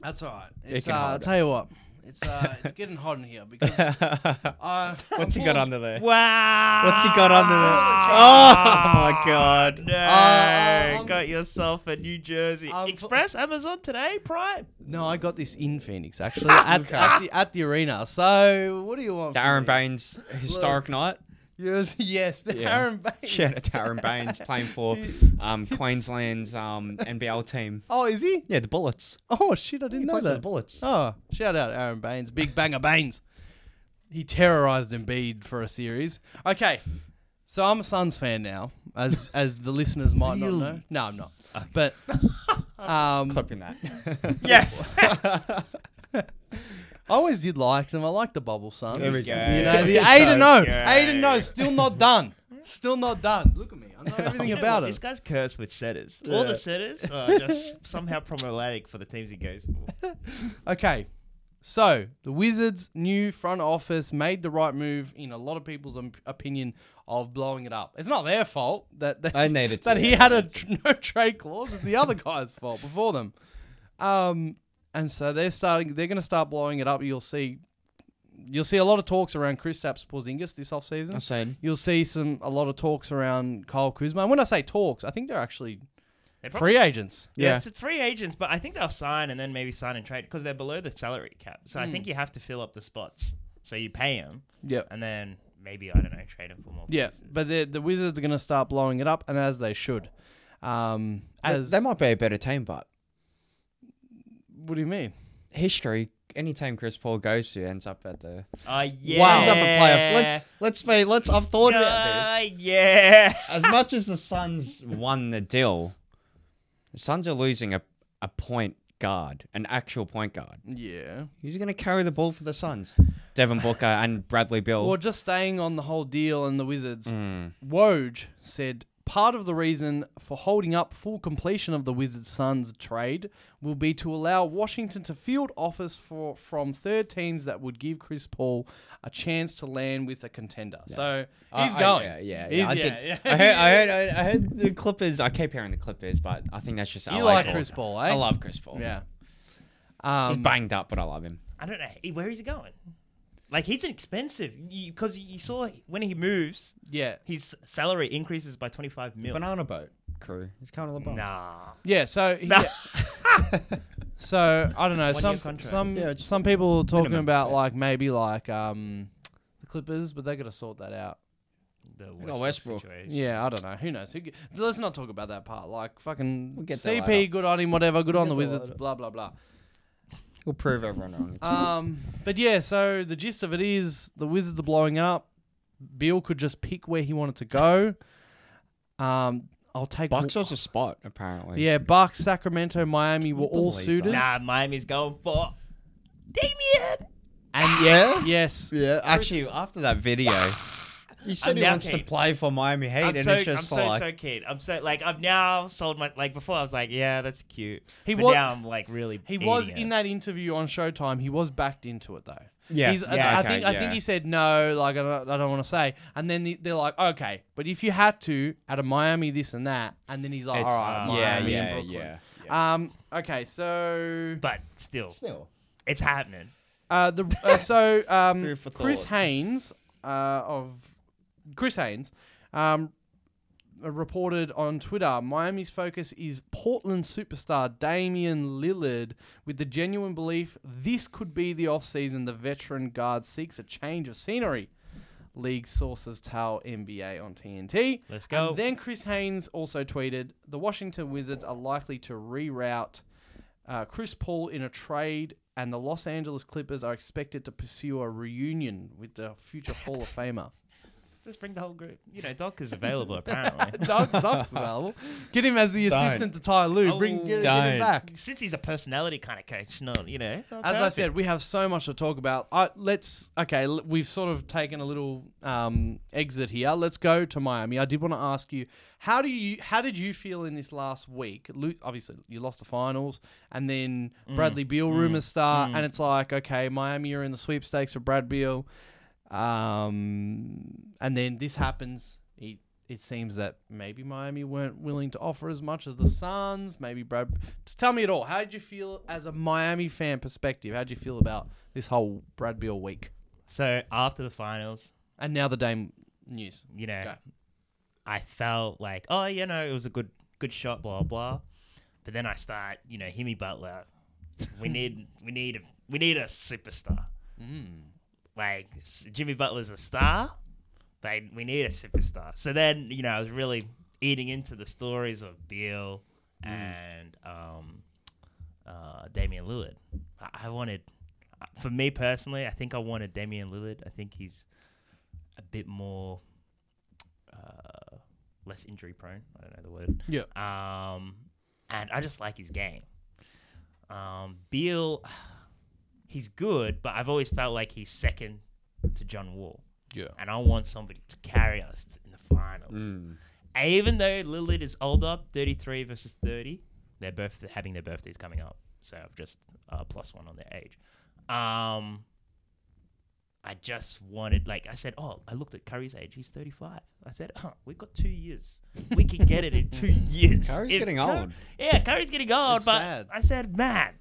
[SPEAKER 1] that's all right. It's, uh,
[SPEAKER 2] can hold
[SPEAKER 1] I'll
[SPEAKER 2] it.
[SPEAKER 1] tell you what, it's uh, it's getting hot in here because uh,
[SPEAKER 2] What's he got under there?
[SPEAKER 3] Wow.
[SPEAKER 2] What's he got under there? Oh my god.
[SPEAKER 3] No.
[SPEAKER 1] Uh, um,
[SPEAKER 3] got yourself a New Jersey.
[SPEAKER 1] um,
[SPEAKER 3] Express, Amazon today, Prime.
[SPEAKER 1] No, I got this in Phoenix actually at, at, the, at the arena. So what do you want?
[SPEAKER 2] The
[SPEAKER 1] from
[SPEAKER 2] Aaron
[SPEAKER 1] me?
[SPEAKER 2] Baines historic night.
[SPEAKER 1] Yes, yes, the
[SPEAKER 2] Yeah.
[SPEAKER 1] Aaron Baines.
[SPEAKER 2] Shout out to Aaron Baines playing for um, Queensland's um, NBL team.
[SPEAKER 1] Oh, is he?
[SPEAKER 2] Yeah, the Bullets.
[SPEAKER 1] Oh shit, I didn't
[SPEAKER 2] He
[SPEAKER 1] know
[SPEAKER 2] played for the
[SPEAKER 1] that.
[SPEAKER 2] Bullets.
[SPEAKER 1] Oh, shout out Aaron Baines, big banger Baines. He terrorized Embiid for a series. Okay, so I'm a Suns fan now, as as the listeners might not know. No, I'm not. But um,
[SPEAKER 2] Clipping that.
[SPEAKER 3] Yeah.
[SPEAKER 1] I always did like them. I like the bubble Suns.
[SPEAKER 2] There we go.
[SPEAKER 1] You know, the
[SPEAKER 2] There we
[SPEAKER 1] eight and
[SPEAKER 2] go.
[SPEAKER 1] no, eight and no, still not done. Still not done. Look at me. I know everything
[SPEAKER 3] You know
[SPEAKER 1] about
[SPEAKER 3] what?
[SPEAKER 1] it.
[SPEAKER 3] This guy's cursed with setters. All the setters are just somehow problematic for the teams he goes for.
[SPEAKER 1] Okay. So the Wizards' new front office made the right move in a lot of people's um, opinion of blowing it up. It's not their fault that that,
[SPEAKER 2] They needed to,
[SPEAKER 1] that he
[SPEAKER 2] they
[SPEAKER 1] had a tr- no trade clause. It's the other guy's fault before them. Um, and so they're starting. They're going to start blowing it up. You'll see. You'll see a lot of talks around Kristaps Porzingis this offseason.
[SPEAKER 2] I'm saying.
[SPEAKER 1] You'll see some a lot of talks around Kyle Kuzma. And when I say talks, I think they're actually
[SPEAKER 3] They're probably-
[SPEAKER 1] free agents.
[SPEAKER 2] Yeah.
[SPEAKER 3] It's three agents, but I think they'll sign and then maybe sign and trade because they're below the salary cap. So
[SPEAKER 2] Hmm.
[SPEAKER 3] I think you have to fill up the spots. So you pay him
[SPEAKER 1] Yep.
[SPEAKER 3] and then maybe, I don't know, trade him for more.
[SPEAKER 1] Yeah,
[SPEAKER 3] pieces.
[SPEAKER 1] but the the Wizards are going to start blowing it up, and as they should. Um,
[SPEAKER 2] They,
[SPEAKER 1] as
[SPEAKER 2] they might be a better team, but
[SPEAKER 1] what do you mean?
[SPEAKER 2] history, any team Chris Paul goes to ends up at the
[SPEAKER 3] Uh, yeah.
[SPEAKER 2] ends up in playoff. Let's let's be let's I've thought about this.
[SPEAKER 3] Uh, yeah.
[SPEAKER 2] As much as the Suns won the deal, the Suns are losing a, a point guard, an actual point guard.
[SPEAKER 1] Yeah.
[SPEAKER 2] Who's gonna carry the ball for the Suns? Devin Booker and Bradley Bill.
[SPEAKER 1] Or just staying on the whole deal and the Wizards.
[SPEAKER 2] Mm.
[SPEAKER 1] Woj said part of the reason for holding up full completion of the Wizards Suns trade will be to allow Washington to field offers for from third teams that would give Chris Paul a chance to land with a contender. So
[SPEAKER 2] I-
[SPEAKER 1] he's
[SPEAKER 2] I-
[SPEAKER 1] going.
[SPEAKER 2] Uh, yeah, yeah,
[SPEAKER 1] He's-
[SPEAKER 2] yeah, I,
[SPEAKER 1] yeah,
[SPEAKER 2] did.
[SPEAKER 1] yeah.
[SPEAKER 2] I heard, I heard, I- I heard the Clippers. I keep hearing the Clippers, but I think that's just
[SPEAKER 1] You
[SPEAKER 2] LA
[SPEAKER 1] like
[SPEAKER 2] talk.
[SPEAKER 1] Chris Paul, eh?
[SPEAKER 2] I love Chris Paul.
[SPEAKER 1] Yeah.
[SPEAKER 2] he's
[SPEAKER 1] Um,
[SPEAKER 2] banged up, but I love him.
[SPEAKER 3] I don't know he- where he's going. Like he's expensive because you, saw when he moves,
[SPEAKER 1] yeah.
[SPEAKER 3] his salary increases by twenty five mil.
[SPEAKER 2] Banana boat crew. He's kind of LeBron.
[SPEAKER 3] Nah,
[SPEAKER 1] Yeah, so he- so I don't know.
[SPEAKER 3] One-year
[SPEAKER 1] some
[SPEAKER 3] contract.
[SPEAKER 1] some
[SPEAKER 2] Yeah, just
[SPEAKER 1] some people are talking
[SPEAKER 2] minimum,
[SPEAKER 1] about
[SPEAKER 2] yeah.
[SPEAKER 1] like maybe like um the Clippers, but they got to sort that out.
[SPEAKER 3] the
[SPEAKER 2] got
[SPEAKER 3] Westbrook,
[SPEAKER 2] Westbrook.
[SPEAKER 3] situation.
[SPEAKER 1] Yeah, I don't know. Who knows? Who, g- let's not talk about that part. Like fucking
[SPEAKER 2] We'll get to that
[SPEAKER 1] CP,
[SPEAKER 2] later.
[SPEAKER 1] good on him, whatever. Good on the
[SPEAKER 2] get to that
[SPEAKER 1] Wizards,
[SPEAKER 2] later.
[SPEAKER 1] blah blah blah.
[SPEAKER 2] He'll prove everyone wrong.
[SPEAKER 1] Um, but yeah, so the gist of it is the Wizards are blowing up. Beal could just pick where he wanted to go. Um, I'll take
[SPEAKER 2] Bucks was a spot apparently.
[SPEAKER 1] Yeah, Bucks, Sacramento, Miami were all
[SPEAKER 2] believe that?
[SPEAKER 1] suitors.
[SPEAKER 3] Nah, Miami's going for Damien.
[SPEAKER 1] And
[SPEAKER 2] Yeah.
[SPEAKER 1] yes,
[SPEAKER 2] Yeah. Actually, after that video, he said
[SPEAKER 3] I'm
[SPEAKER 2] he
[SPEAKER 3] now
[SPEAKER 2] wants to
[SPEAKER 3] keen.
[SPEAKER 2] play for Miami Heat,
[SPEAKER 3] I'm
[SPEAKER 2] and
[SPEAKER 3] so I'm
[SPEAKER 2] it's just
[SPEAKER 3] so
[SPEAKER 2] like
[SPEAKER 3] so keen. I'm so like I've now sold my like before I was like yeah that's cute.
[SPEAKER 1] He
[SPEAKER 3] He
[SPEAKER 1] wa-
[SPEAKER 3] but now I'm like really
[SPEAKER 1] He was in that interview on Showtime. He was backed into it though.
[SPEAKER 2] Yeah,
[SPEAKER 1] He's, I-
[SPEAKER 2] yeah,
[SPEAKER 1] I
[SPEAKER 2] okay,
[SPEAKER 1] think I think
[SPEAKER 2] yeah.
[SPEAKER 1] he said no. Like I don't, I don't want to say. And then the, they're like, okay, but if you had to, out of Miami, this and that. And then he's like,
[SPEAKER 2] It's-
[SPEAKER 1] all right,
[SPEAKER 3] uh,
[SPEAKER 2] yeah,
[SPEAKER 1] Miami
[SPEAKER 2] yeah,
[SPEAKER 1] and Brooklyn."
[SPEAKER 2] yeah,
[SPEAKER 1] Um. Okay. So,
[SPEAKER 3] but still
[SPEAKER 2] still.
[SPEAKER 3] it's happening.
[SPEAKER 1] uh, the uh, so um,
[SPEAKER 2] Food for
[SPEAKER 1] Chris
[SPEAKER 2] thought.
[SPEAKER 1] Haynes, uh, of Chris Haynes, um, reported on Twitter, Miami's focus is Portland superstar Damian Lillard with the genuine belief this could be the offseason the veteran guard seeks a change of scenery. League sources tell NBA on TNT.
[SPEAKER 3] Let's go.
[SPEAKER 1] And then Chris Haynes also tweeted, the Washington Wizards are likely to reroute uh, Chris Paul in a trade and the Los Angeles Clippers are expected to pursue a reunion with the future Hall of Famer.
[SPEAKER 3] Let's bring the whole group. You know, Doc is available apparently.
[SPEAKER 1] Doc, Doc's available. Get him as the
[SPEAKER 2] Don't.
[SPEAKER 1] assistant to Ty Lue. Bring get, get him
[SPEAKER 2] Don't.
[SPEAKER 1] back.
[SPEAKER 3] Since he's a personality kind of coach, not you know. not
[SPEAKER 1] As I
[SPEAKER 3] perfect.
[SPEAKER 1] said, we have so much to talk about. I, let's okay. l- We've sort of taken a little um, exit here. Let's go to Miami. I did want to ask you how do you how did you feel in this last week? Lo- obviously, you lost the finals, and then
[SPEAKER 2] Mm.
[SPEAKER 1] Bradley Beal rumors start, and it's like okay, Miami are in the sweepstakes for Brad Beal, um, and then this happens. He, it seems that maybe Miami weren't willing to offer as much as the Suns. Maybe Brad. Just tell me it all. How did you feel as a Miami fan perspective? How did you feel about this whole Brad Beal week?
[SPEAKER 3] so after the finals,
[SPEAKER 1] And now the Dame news.
[SPEAKER 3] you know,
[SPEAKER 1] Go.
[SPEAKER 3] I felt like, oh, you know, it was a good good shot, blah blah. But then I start, you know, Himmy Butler. We need we need a we need a superstar. Like s- Jimmy Butler's a star. They we need a superstar. So then, you know, I was really eating into the stories of Beal and um, uh, Damian Lillard. I, I wanted, uh, for me personally, I think I wanted Damian Lillard. I think he's a bit more uh, less injury prone. I don't know the word.
[SPEAKER 1] Yeah.
[SPEAKER 3] Um, and I just like his game. Um, Beal, he's good, but I've always felt like he's second to John Wall.
[SPEAKER 1] Yeah.
[SPEAKER 3] And I want somebody to carry us in the finals.
[SPEAKER 2] Mm.
[SPEAKER 3] And even though Lillard is older, 33 versus 30, they're both having their birthdays coming up. So I've just uh, plus one on their age. Um, I just wanted, like I said, oh, I looked at Curry's age. He's 35. I said, huh, we've got two years. We can get it in two years.
[SPEAKER 2] Curry's
[SPEAKER 3] If
[SPEAKER 2] getting
[SPEAKER 3] Cur-
[SPEAKER 2] old.
[SPEAKER 3] Yeah, Curry's getting old.
[SPEAKER 1] It's
[SPEAKER 3] but
[SPEAKER 1] sad.
[SPEAKER 3] I said, man,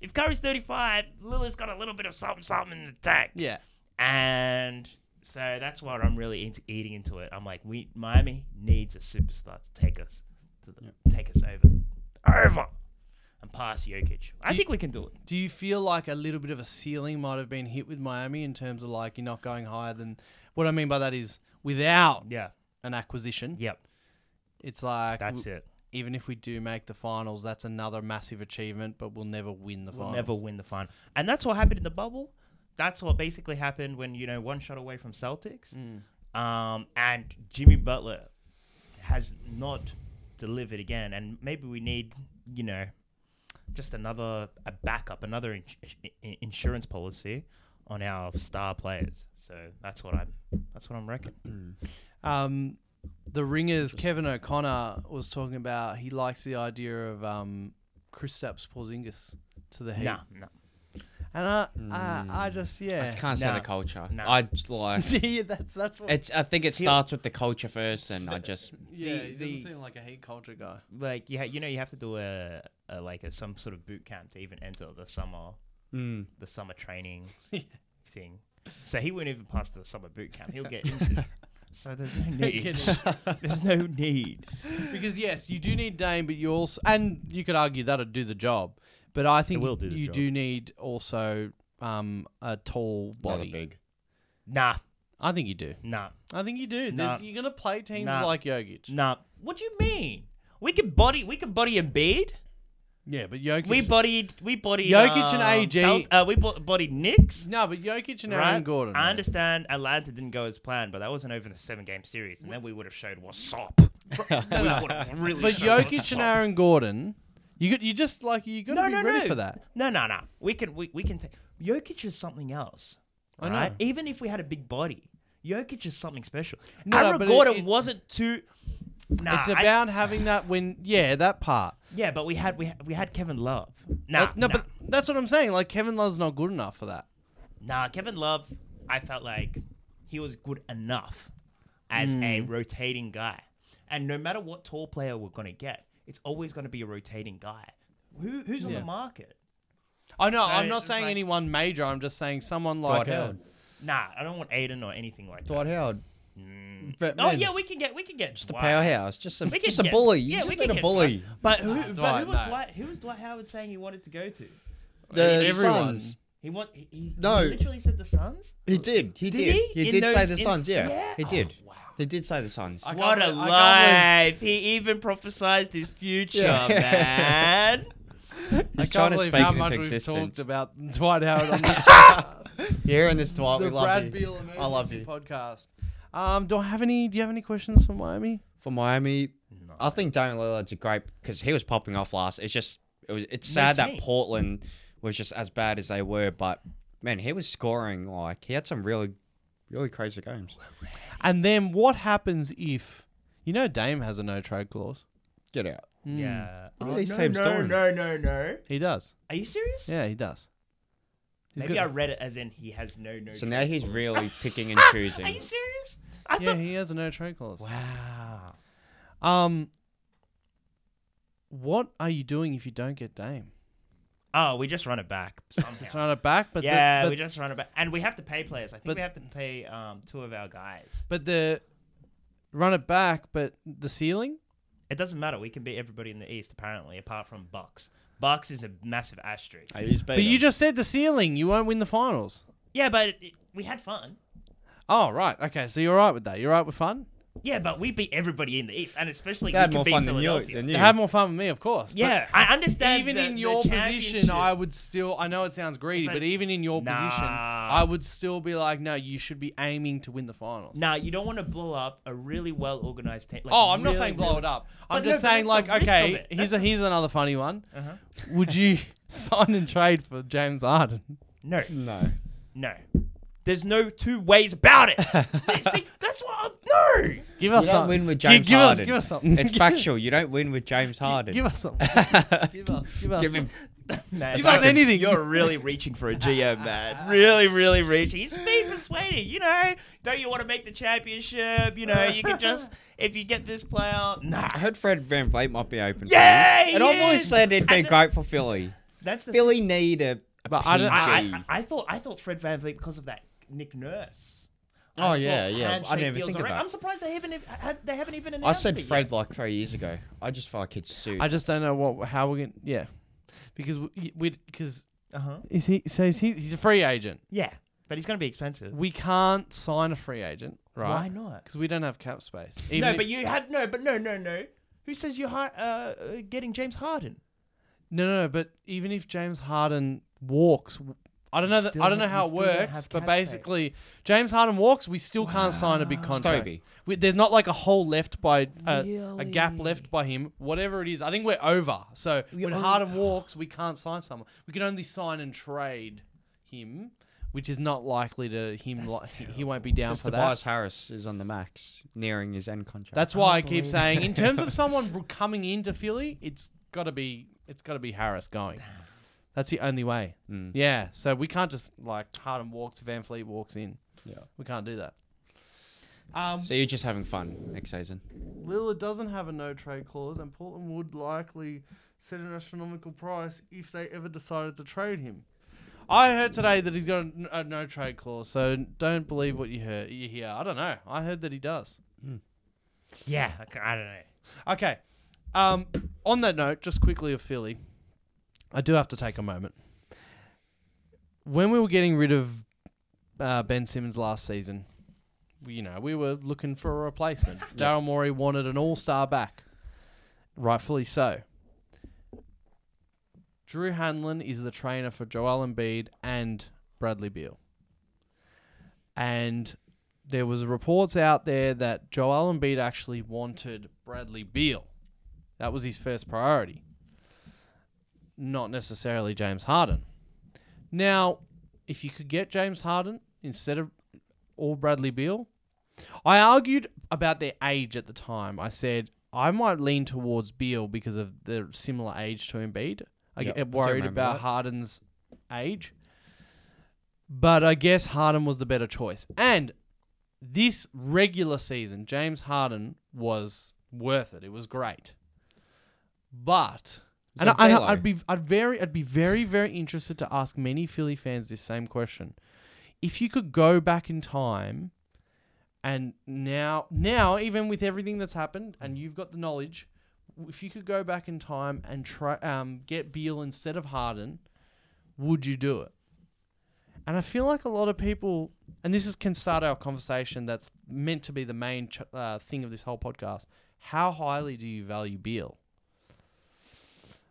[SPEAKER 3] if Curry's 35, Lillard's got a little bit of something, something in the tank.
[SPEAKER 1] Yeah.
[SPEAKER 3] And so that's why I'm really into eating into it. I'm like, we Miami needs a superstar to take us to the, take us over, over, and pass Jokic. I
[SPEAKER 1] Do you-
[SPEAKER 3] think we can do it.
[SPEAKER 1] Do you feel like a little bit of a ceiling might have been hit with Miami in terms of like you're not going higher than what I mean by that is without
[SPEAKER 3] Yeah.
[SPEAKER 1] an acquisition,
[SPEAKER 3] Yep.
[SPEAKER 1] it's like
[SPEAKER 3] That's it.
[SPEAKER 1] even if we do make the finals, that's another massive achievement, but we'll never win the
[SPEAKER 3] We'll
[SPEAKER 1] finals.
[SPEAKER 3] never win the final. And that's what happened in the bubble. That's what basically happened when you know one shot away from Celtics, um, and Jimmy Butler has not delivered again. And maybe we need you know just another a backup, another ins- i- insurance policy on our star players. So that's what I'm that's what I'm reckoning.
[SPEAKER 1] Um, the Ringers, Kevin O'Connor was talking about he likes the idea of um, Kristaps Porzingis to the Heat,
[SPEAKER 3] Nah, Hmm. nah.
[SPEAKER 1] and I, I, I just
[SPEAKER 2] I
[SPEAKER 1] yeah,
[SPEAKER 2] just can't
[SPEAKER 3] Nah.
[SPEAKER 2] say the culture.
[SPEAKER 3] Nah.
[SPEAKER 2] I just like
[SPEAKER 1] yeah, that's that's what.
[SPEAKER 2] it's. I think it
[SPEAKER 3] He'll-
[SPEAKER 2] starts with the culture first, and I just
[SPEAKER 1] yeah, he
[SPEAKER 3] the-
[SPEAKER 1] doesn't seem like a Heat culture guy.
[SPEAKER 3] Like you, ha- you know, you have to do a, a like a, some sort of boot camp to even enter the summer
[SPEAKER 2] mm,
[SPEAKER 3] the summer training
[SPEAKER 1] Yeah.
[SPEAKER 3] thing. So he won't even pass the summer boot camp. He'll get injured. so there's no need. there's no need.
[SPEAKER 1] because yes, you do need Dame, but you also and you could argue that'll do the job, but I think
[SPEAKER 3] will do the
[SPEAKER 1] you
[SPEAKER 3] job.
[SPEAKER 1] do need also um, a tall
[SPEAKER 2] not
[SPEAKER 1] body.
[SPEAKER 2] a big.
[SPEAKER 3] Nah,
[SPEAKER 1] I think you do.
[SPEAKER 3] nah,
[SPEAKER 1] I think you do.
[SPEAKER 3] Nah.
[SPEAKER 1] There's You're gonna play teams
[SPEAKER 3] Nah.
[SPEAKER 1] like Jokic.
[SPEAKER 3] nah. What do you mean? We could body, we could body Embiid.
[SPEAKER 1] Yeah, but Jokic.
[SPEAKER 3] We bodied, we bodied
[SPEAKER 1] Jokic
[SPEAKER 3] um,
[SPEAKER 1] and AG.
[SPEAKER 3] Celt- uh, we bo- bodied Knicks.
[SPEAKER 1] no, but Jokic and
[SPEAKER 3] Right?
[SPEAKER 1] Aaron Gordon.
[SPEAKER 3] I
[SPEAKER 1] mate.
[SPEAKER 3] understand Atlanta didn't go as planned, but that wasn't over the seven-game series, and then we would have showed what's up. we would have really
[SPEAKER 1] But
[SPEAKER 3] showed
[SPEAKER 1] Jokic
[SPEAKER 3] what's
[SPEAKER 1] and
[SPEAKER 3] up.
[SPEAKER 1] Aaron Gordon, you got you just like you got to
[SPEAKER 3] No,
[SPEAKER 1] be
[SPEAKER 3] no,
[SPEAKER 1] ready
[SPEAKER 3] no.
[SPEAKER 1] for that.
[SPEAKER 3] No, no, no. We can we, we can take Jokic is something else.
[SPEAKER 1] I
[SPEAKER 3] All
[SPEAKER 1] know.
[SPEAKER 3] right. Even if we had a big body, Jokic is something special.
[SPEAKER 1] No,
[SPEAKER 3] Aaron
[SPEAKER 1] but it-
[SPEAKER 3] Gordon
[SPEAKER 1] it-
[SPEAKER 3] wasn't too. Nah,
[SPEAKER 1] it's
[SPEAKER 3] I-
[SPEAKER 1] about having that when yeah that part.
[SPEAKER 3] yeah, but we had we had, we had Kevin Love. Nah,
[SPEAKER 1] Like, Uh, no,
[SPEAKER 3] nah,
[SPEAKER 1] but that's what I'm saying. Like Kevin Love's not good enough for that.
[SPEAKER 3] nah. Kevin Love, I felt like he was good enough as a
[SPEAKER 2] Hmm.
[SPEAKER 3] rotating guy, and no matter what tall player we're gonna get, it's always gonna be a rotating guy. Who who's on
[SPEAKER 1] Yeah.
[SPEAKER 3] the market?
[SPEAKER 1] I know.
[SPEAKER 3] So
[SPEAKER 1] I'm not
[SPEAKER 3] it's
[SPEAKER 1] saying
[SPEAKER 3] like-
[SPEAKER 1] anyone major. I'm just saying someone like
[SPEAKER 2] Dwight
[SPEAKER 1] a,
[SPEAKER 2] Howard.
[SPEAKER 3] Nah, I don't want Aiden or anything like that.
[SPEAKER 2] Dwight Howard. But
[SPEAKER 3] Oh
[SPEAKER 2] man,
[SPEAKER 3] yeah, we can get we can get
[SPEAKER 2] just a
[SPEAKER 3] Dwight.
[SPEAKER 2] powerhouse. Just a
[SPEAKER 3] We
[SPEAKER 2] just a
[SPEAKER 3] can get-
[SPEAKER 2] bully. You
[SPEAKER 3] yeah, we
[SPEAKER 2] just
[SPEAKER 3] can
[SPEAKER 2] need a
[SPEAKER 3] get
[SPEAKER 2] bully.
[SPEAKER 3] Dwight. But who?
[SPEAKER 1] Nah,
[SPEAKER 3] but who
[SPEAKER 1] Dwight,
[SPEAKER 3] was
[SPEAKER 1] no.
[SPEAKER 3] Dwight? Who was Dwight Howard saying he wanted to go to?
[SPEAKER 2] The
[SPEAKER 1] Everyone.
[SPEAKER 2] Suns.
[SPEAKER 3] He want he, he,
[SPEAKER 2] No.
[SPEAKER 3] he literally said the Suns.
[SPEAKER 2] He did. He
[SPEAKER 3] Did
[SPEAKER 2] did.
[SPEAKER 3] he?
[SPEAKER 2] He,
[SPEAKER 3] In
[SPEAKER 2] did say
[SPEAKER 3] those-
[SPEAKER 2] the
[SPEAKER 3] in-
[SPEAKER 2] Suns. Yeah.
[SPEAKER 3] yeah?
[SPEAKER 2] He
[SPEAKER 3] Oh,
[SPEAKER 2] did. He did say the Suns.
[SPEAKER 1] I
[SPEAKER 3] What a
[SPEAKER 1] can't believe- I can't
[SPEAKER 3] life! He even prophesized his future,
[SPEAKER 2] Yeah.
[SPEAKER 3] man.
[SPEAKER 1] I can't
[SPEAKER 2] He's trying to
[SPEAKER 1] believe
[SPEAKER 2] speak
[SPEAKER 1] how
[SPEAKER 2] it
[SPEAKER 1] much
[SPEAKER 2] into
[SPEAKER 1] we've talked
[SPEAKER 2] existence.
[SPEAKER 1] about Dwight Howard on this
[SPEAKER 2] Here in this Dwight, we
[SPEAKER 1] the
[SPEAKER 2] love
[SPEAKER 1] Brad
[SPEAKER 2] you.
[SPEAKER 1] Beal
[SPEAKER 2] I love
[SPEAKER 1] Emergency
[SPEAKER 2] you.
[SPEAKER 1] podcast. Um, do I have any? Do you have any questions for Miami?
[SPEAKER 2] For Miami,
[SPEAKER 3] No.
[SPEAKER 2] I think Damian Lillard's a great because he was popping off last. It's just it was, it's sad that
[SPEAKER 3] team.
[SPEAKER 2] Portland was just as bad as they were, but man, he was scoring like he had some really, really crazy games.
[SPEAKER 1] And then what happens if you know Dame has a no trade clause?
[SPEAKER 2] Get out.
[SPEAKER 1] Hmm.
[SPEAKER 3] Yeah.
[SPEAKER 2] What
[SPEAKER 3] Oh,
[SPEAKER 2] are these
[SPEAKER 3] no,
[SPEAKER 2] teams
[SPEAKER 3] no,
[SPEAKER 2] doing?
[SPEAKER 3] no, no, no.
[SPEAKER 1] he does.
[SPEAKER 3] Are you serious?
[SPEAKER 1] Yeah, he does. He's
[SPEAKER 3] Maybe
[SPEAKER 1] got-
[SPEAKER 3] I read it as in he has no no.
[SPEAKER 2] So now he's
[SPEAKER 3] trade
[SPEAKER 2] really picking and
[SPEAKER 3] clause. Are you
[SPEAKER 2] choosing.
[SPEAKER 3] serious? I
[SPEAKER 1] yeah,
[SPEAKER 3] thought.
[SPEAKER 1] he has a no trade clause.
[SPEAKER 3] Wow.
[SPEAKER 1] Um, what are you doing if you don't get Dame?
[SPEAKER 3] Oh, we just run it back
[SPEAKER 1] Just
[SPEAKER 3] somehow.
[SPEAKER 1] run it back, but
[SPEAKER 3] yeah,
[SPEAKER 1] the, but,
[SPEAKER 3] we just run it back, and we have to pay players. I think
[SPEAKER 1] But-
[SPEAKER 3] we have to pay um, two of our guys.
[SPEAKER 1] but the run it back, but the ceiling.
[SPEAKER 3] It doesn't matter. We can beat everybody in the East apparently, apart from Bucks. Bucks is a massive asterisk.
[SPEAKER 2] Hey, he's
[SPEAKER 1] But you
[SPEAKER 2] beat
[SPEAKER 1] just said the ceiling. You won't win the finals.
[SPEAKER 3] Yeah, but it, we had fun.
[SPEAKER 1] Oh right, okay. So you're all right with that. You're all right with fun.
[SPEAKER 3] Yeah, but we beat everybody in the East, and especially
[SPEAKER 2] him. They had
[SPEAKER 3] we
[SPEAKER 2] more
[SPEAKER 3] can beat
[SPEAKER 2] fun than you.
[SPEAKER 3] Philadelphia.
[SPEAKER 2] Than
[SPEAKER 1] They
[SPEAKER 2] you.
[SPEAKER 1] had more fun with me, of course. but
[SPEAKER 3] yeah, I understand.
[SPEAKER 1] even
[SPEAKER 3] the-
[SPEAKER 1] in
[SPEAKER 3] the
[SPEAKER 1] your position,
[SPEAKER 3] championship.
[SPEAKER 1] I would still. I know it sounds greedy, but
[SPEAKER 3] But-
[SPEAKER 1] even in your position,
[SPEAKER 3] Nah.
[SPEAKER 1] I would still be like, no, you should be aiming to win the finals.
[SPEAKER 3] Nah, you don't want to blow up a really well organized team. Like
[SPEAKER 1] oh, I'm not
[SPEAKER 3] really,
[SPEAKER 1] saying blow
[SPEAKER 3] really-
[SPEAKER 1] it up. I'm
[SPEAKER 3] But
[SPEAKER 1] just
[SPEAKER 3] no, but
[SPEAKER 1] saying
[SPEAKER 3] that's
[SPEAKER 1] like,
[SPEAKER 3] the risk of
[SPEAKER 1] okay,
[SPEAKER 3] it.
[SPEAKER 1] here's
[SPEAKER 3] That's
[SPEAKER 1] a,
[SPEAKER 3] the-
[SPEAKER 1] here's another funny one.
[SPEAKER 3] Uh-huh.
[SPEAKER 1] Would you sign and trade for James Harden?
[SPEAKER 3] No,
[SPEAKER 2] no.
[SPEAKER 3] no. There's no two ways about it. See, that's what I'm. No!
[SPEAKER 1] Give
[SPEAKER 2] You
[SPEAKER 1] us
[SPEAKER 2] don't
[SPEAKER 1] something.
[SPEAKER 2] win with
[SPEAKER 1] Gi-
[SPEAKER 2] James
[SPEAKER 1] give
[SPEAKER 2] Harden.
[SPEAKER 1] Us, give us something.
[SPEAKER 2] It's factual. You don't win with James Harden.
[SPEAKER 1] Give us something. Give us. Give us.
[SPEAKER 2] Give him-
[SPEAKER 1] something.
[SPEAKER 3] Nah,
[SPEAKER 1] Give
[SPEAKER 3] Tyson,
[SPEAKER 1] us anything.
[SPEAKER 3] You're really reaching for a GM, man. Really, really reaching. He's being persuading, you know. Don't you want to make the championship? You know, you can just if you get this player. Nah.
[SPEAKER 2] I heard Fred Van Vliet might be open. for
[SPEAKER 3] Yeah,
[SPEAKER 2] him.
[SPEAKER 3] he
[SPEAKER 2] And I've always
[SPEAKER 3] is.
[SPEAKER 2] said it'd be
[SPEAKER 3] And the-
[SPEAKER 2] great for Philly.
[SPEAKER 3] That's the.
[SPEAKER 2] Philly need a, a
[SPEAKER 1] But
[SPEAKER 2] PG.
[SPEAKER 1] I don't-
[SPEAKER 3] I, I, I thought I thought Fred Van Vliet because of that Nick Nurse.
[SPEAKER 2] Oh,
[SPEAKER 3] I
[SPEAKER 2] yeah,
[SPEAKER 3] thought
[SPEAKER 2] yeah. I
[SPEAKER 3] handshake
[SPEAKER 2] didn't even
[SPEAKER 3] deals
[SPEAKER 2] think
[SPEAKER 3] are
[SPEAKER 2] of
[SPEAKER 3] right.
[SPEAKER 2] that.
[SPEAKER 3] I'm surprised they haven't ev- had, they haven't even
[SPEAKER 2] I
[SPEAKER 3] announced.
[SPEAKER 2] said
[SPEAKER 3] it yet.
[SPEAKER 2] Fred like three years ago. I just feel like it's sued.
[SPEAKER 1] I just don't know what how we're gonna. Yeah, because we because
[SPEAKER 3] Uh-huh.
[SPEAKER 1] is he so is he he's a free agent.
[SPEAKER 3] Yeah, but he's going to be expensive.
[SPEAKER 1] We can't sign a free agent, right?
[SPEAKER 3] Why not?
[SPEAKER 1] Because we don't have cap space.
[SPEAKER 3] No,
[SPEAKER 1] if-
[SPEAKER 3] but you have no, but no, no, no. Who says you're hi- uh, uh, getting James Harden?
[SPEAKER 1] no, no, no, but even if James Harden walks, I don't know. That,
[SPEAKER 3] Still
[SPEAKER 1] I don't know
[SPEAKER 3] don't-
[SPEAKER 1] how
[SPEAKER 3] you
[SPEAKER 1] it
[SPEAKER 3] still don't
[SPEAKER 1] works,
[SPEAKER 3] have
[SPEAKER 1] but
[SPEAKER 3] cap space.
[SPEAKER 1] basically, James Harden walks, we still can't sign a big
[SPEAKER 2] It's
[SPEAKER 1] contract.
[SPEAKER 2] Toby.
[SPEAKER 1] We, there's not like a hole left by a, a gap
[SPEAKER 3] Really?
[SPEAKER 1] left by him. Whatever it is, I think we're over. So when
[SPEAKER 3] over.
[SPEAKER 1] Harden walks, we can't sign someone. We can only sign and trade him, which is not likely to him. Like, he- he won't be down
[SPEAKER 2] Just
[SPEAKER 1] for that.
[SPEAKER 2] Tobias Harris is on the max, nearing his end contract.
[SPEAKER 1] That's why I
[SPEAKER 3] Unbelievable.
[SPEAKER 1] keep saying, in terms of someone r- coming into Philly, it's got to be it's got to be Harris going. That's the only way.
[SPEAKER 2] Mm.
[SPEAKER 1] Yeah, so we can't just like Harden walks, Van Fleet walks in.
[SPEAKER 2] Yeah.
[SPEAKER 1] We can't do that. Um,
[SPEAKER 2] So you're just having fun next season.
[SPEAKER 1] Lillard doesn't have a no trade clause, and Portland would likely set an astronomical price if they ever decided to trade him. I heard today that he's got a, n- a no trade clause, so don't believe what you hear. You hear. I don't know. I heard that he does.
[SPEAKER 3] Yeah, I c- I don't know.
[SPEAKER 1] Okay. Um, on that note, just quickly of Philly, I do have to take a moment. When we were getting rid of uh, Ben Simmons last season, we- you know, we were looking for a replacement. Daryl Morey wanted an all star back, rightfully so. Drew Hanlon is the trainer for Joel Embiid and Bradley Beal. And there was reports out there that Joel Embiid actually wanted Bradley Beal. That was his first priority. Not necessarily James Harden. Now, if you could get James Harden instead of all Bradley Beal, I argued about their age at the time. I said I might lean towards Beal because of the similar age to Embiid. I
[SPEAKER 2] Yep, I
[SPEAKER 1] get
[SPEAKER 2] do
[SPEAKER 1] worried
[SPEAKER 2] remember
[SPEAKER 1] about
[SPEAKER 2] that.
[SPEAKER 1] Harden's age. But I guess Harden was the better choice. And this regular season, James Harden was worth it. It was great. But
[SPEAKER 2] It's
[SPEAKER 1] and, I,
[SPEAKER 2] like
[SPEAKER 1] and I-
[SPEAKER 2] Delo.
[SPEAKER 1] I'd be I'd very I'd be very very interested to ask many Philly fans this same question. If you could go back in time and now now even with everything that's happened and you've got the knowledge, if you could go back in time and try um, get Beal instead of Harden, would you do it? And I feel like a lot of people, and this is can start our conversation that's meant to be the main ch- uh, thing of this whole podcast. How highly do you value Beal?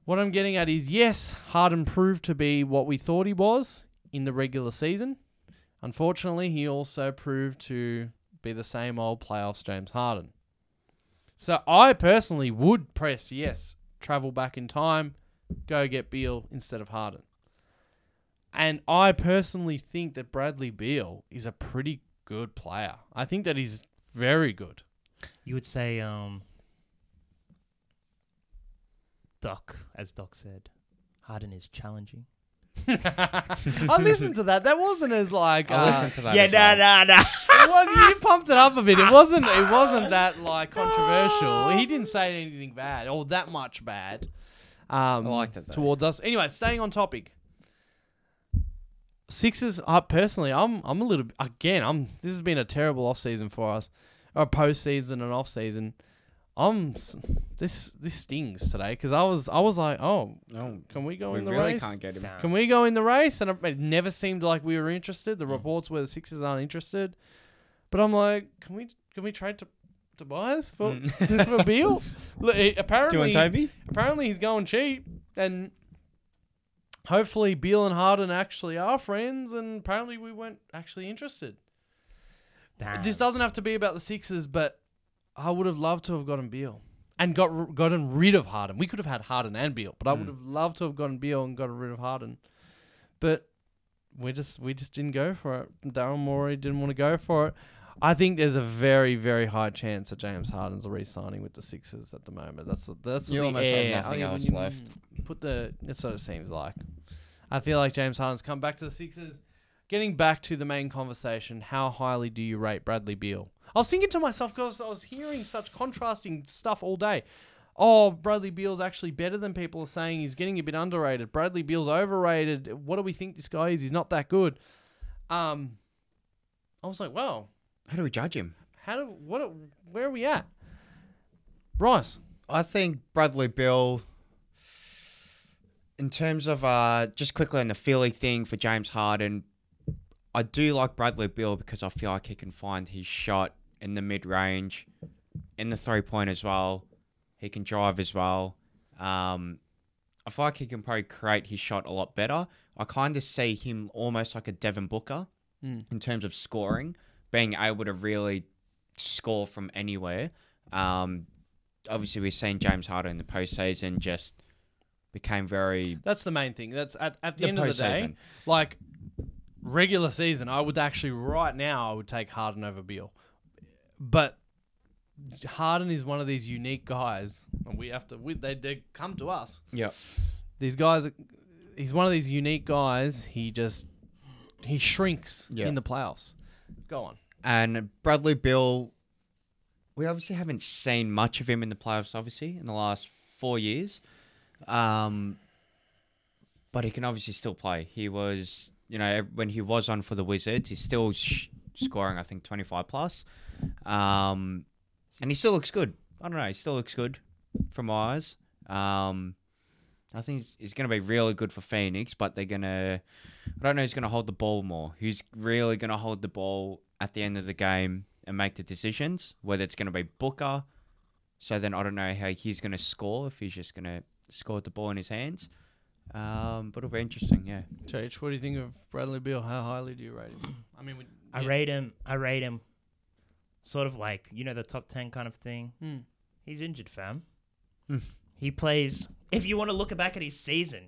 [SPEAKER 1] What I'm getting at is yes, Harden proved to be what we thought he was in the regular season. Unfortunately, he also proved to be the same old playoffs James Harden. So I personally would press yes, travel back in time, go get Beal instead of Harden. And I personally think that Bradley Beal is a pretty good player. I think that he's very good.
[SPEAKER 3] You would say, um, Doc, as Doc said, Harden is challenging.
[SPEAKER 1] I listened to that. That wasn't as like
[SPEAKER 2] I
[SPEAKER 1] uh,
[SPEAKER 2] listened to that.
[SPEAKER 3] yeah,
[SPEAKER 2] as well.
[SPEAKER 3] no, no, no.
[SPEAKER 1] it was, you pumped it up a bit. It wasn't. It wasn't that like controversial. He didn't say anything bad or that much bad. Um,
[SPEAKER 2] I liked it, though.
[SPEAKER 1] towards us. Anyway, staying on topic. Sixers. I personally, I'm. I'm a little. Again, I'm. This has been a terrible off season for us, or a postseason and off season. I'm. s- This this stings today because I was. I was like, oh,
[SPEAKER 2] No,
[SPEAKER 1] can we go
[SPEAKER 2] we
[SPEAKER 1] in the
[SPEAKER 2] really
[SPEAKER 1] race?
[SPEAKER 2] can't get him.
[SPEAKER 3] Nah.
[SPEAKER 1] Can we go in the race? And it never seemed like we were interested. The reports were the Sixers aren't interested. But I'm like, can we can we trade to Tobias for for Beal? Look, he-
[SPEAKER 2] Do you
[SPEAKER 1] apparently,
[SPEAKER 2] want Toby?
[SPEAKER 1] apparently he's going cheap, and hopefully Beal and Harden actually are friends. And apparently we weren't actually interested.
[SPEAKER 3] Damn.
[SPEAKER 1] This doesn't have to be about the Sixers, but I would have loved to have gotten Beal and got r- gotten rid of Harden. We could have had Harden and Beal, but I
[SPEAKER 2] Hmm.
[SPEAKER 1] would have loved to have gotten Beal and gotten rid of Harden. But we just we just didn't go for it. Daryl Morey didn't want to go for it. I think there's a very very high chance that James Harden's re-signing with the Sixers at the moment. That's that's
[SPEAKER 2] You
[SPEAKER 1] the
[SPEAKER 2] almost have
[SPEAKER 1] air.
[SPEAKER 2] nothing
[SPEAKER 1] I- when
[SPEAKER 2] else
[SPEAKER 1] you
[SPEAKER 2] left.
[SPEAKER 1] Put the that's what it seems like. I feel like James Harden's come back to the Sixers. Getting back to the main conversation, how highly do you rate Bradley Beal? I was thinking to myself because I was hearing such contrasting stuff all day. Oh, Bradley Beal's actually better than people are saying. He's getting a bit underrated. Bradley Beal's overrated. What do we think this guy is? He's not that good. Um, I was like, wow,
[SPEAKER 2] How do we judge him?
[SPEAKER 1] how do what? Where are we at? Bryce,
[SPEAKER 2] I think Bradley Bill, in terms of uh, just quickly on the Philly thing for James Harden, I do like Bradley Bill because I feel like he can find his shot in the mid range, in the three point as well. He can drive as well. Um, I feel like he can probably create his shot a lot better. I kind of see him almost like a Devin Booker
[SPEAKER 1] Mm.
[SPEAKER 2] in terms of scoring, being able to really score from anywhere. Um, obviously we've seen James Harden in the postseason just became very
[SPEAKER 1] that's the main thing. That's at, at the,
[SPEAKER 2] The
[SPEAKER 1] end of the day,
[SPEAKER 2] postseason.
[SPEAKER 1] like regular season. I would actually right now I would take Harden over Beal, but Harden is one of these unique guys, and we have to we, they they come to us.
[SPEAKER 2] yeah
[SPEAKER 1] these guys he's one of these unique guys he just he shrinks
[SPEAKER 2] Yeah.
[SPEAKER 1] in the playoffs go on
[SPEAKER 2] and Bradley Bill we obviously haven't seen much of him in the playoffs obviously in the last 4 years um but he can obviously still play he was you know when he was on for the Wizards he's still sh- scoring I think 25 plus um and he still looks good I don't know he still looks good from my eyes um I think he's- he's going to be really good for Phoenix, but they're going to. I don't know who's going to hold the ball more. Who's really going to hold the ball at the end of the game and make the decisions? Whether it's going to be Booker. So then I don't know how he's going to score, if he's just going to score with the ball in his hands. Um, but it'll be interesting, yeah.
[SPEAKER 1] Church, what do you think of bradley beal how highly do you rate him i mean we,
[SPEAKER 3] I
[SPEAKER 1] yeah.
[SPEAKER 3] rate him. I rate him. Sort of like you know the top ten kind of thing.
[SPEAKER 1] Hmm.
[SPEAKER 3] He's injured, fam.
[SPEAKER 2] Hmm.
[SPEAKER 3] he plays. If you want to look back at his season,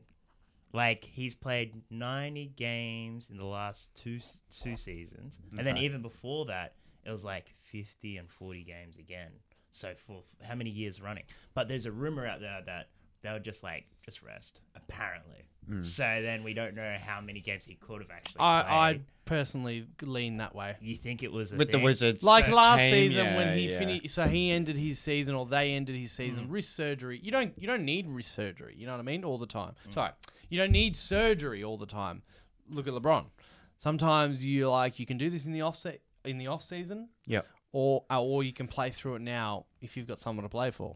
[SPEAKER 3] like he's played ninety games in the last two s- two seasons, and then
[SPEAKER 2] Okay.
[SPEAKER 3] even before that, it was like fifty and forty games again. So for f- how many years running? But there's a rumor out there that they were just like just rest, apparently.
[SPEAKER 2] Hmm.
[SPEAKER 3] So then we don't know how many games he could have actually
[SPEAKER 1] I, I
[SPEAKER 3] played.
[SPEAKER 1] personally lean that way
[SPEAKER 3] You think it was a
[SPEAKER 2] With the
[SPEAKER 3] thing?
[SPEAKER 2] Wizards.
[SPEAKER 1] like
[SPEAKER 2] that
[SPEAKER 1] last
[SPEAKER 2] team,
[SPEAKER 1] season
[SPEAKER 2] yeah,
[SPEAKER 1] when he
[SPEAKER 2] yeah.
[SPEAKER 1] finished so he ended his season or they ended his season wrist surgery you don't you don't need wrist surgery you know what i mean all the time sorry you don't need surgery all the time look at lebron sometimes you like you can do this in the off se- in the off season
[SPEAKER 2] Yep.
[SPEAKER 1] or uh, or you can play through it now if you've got someone to play for.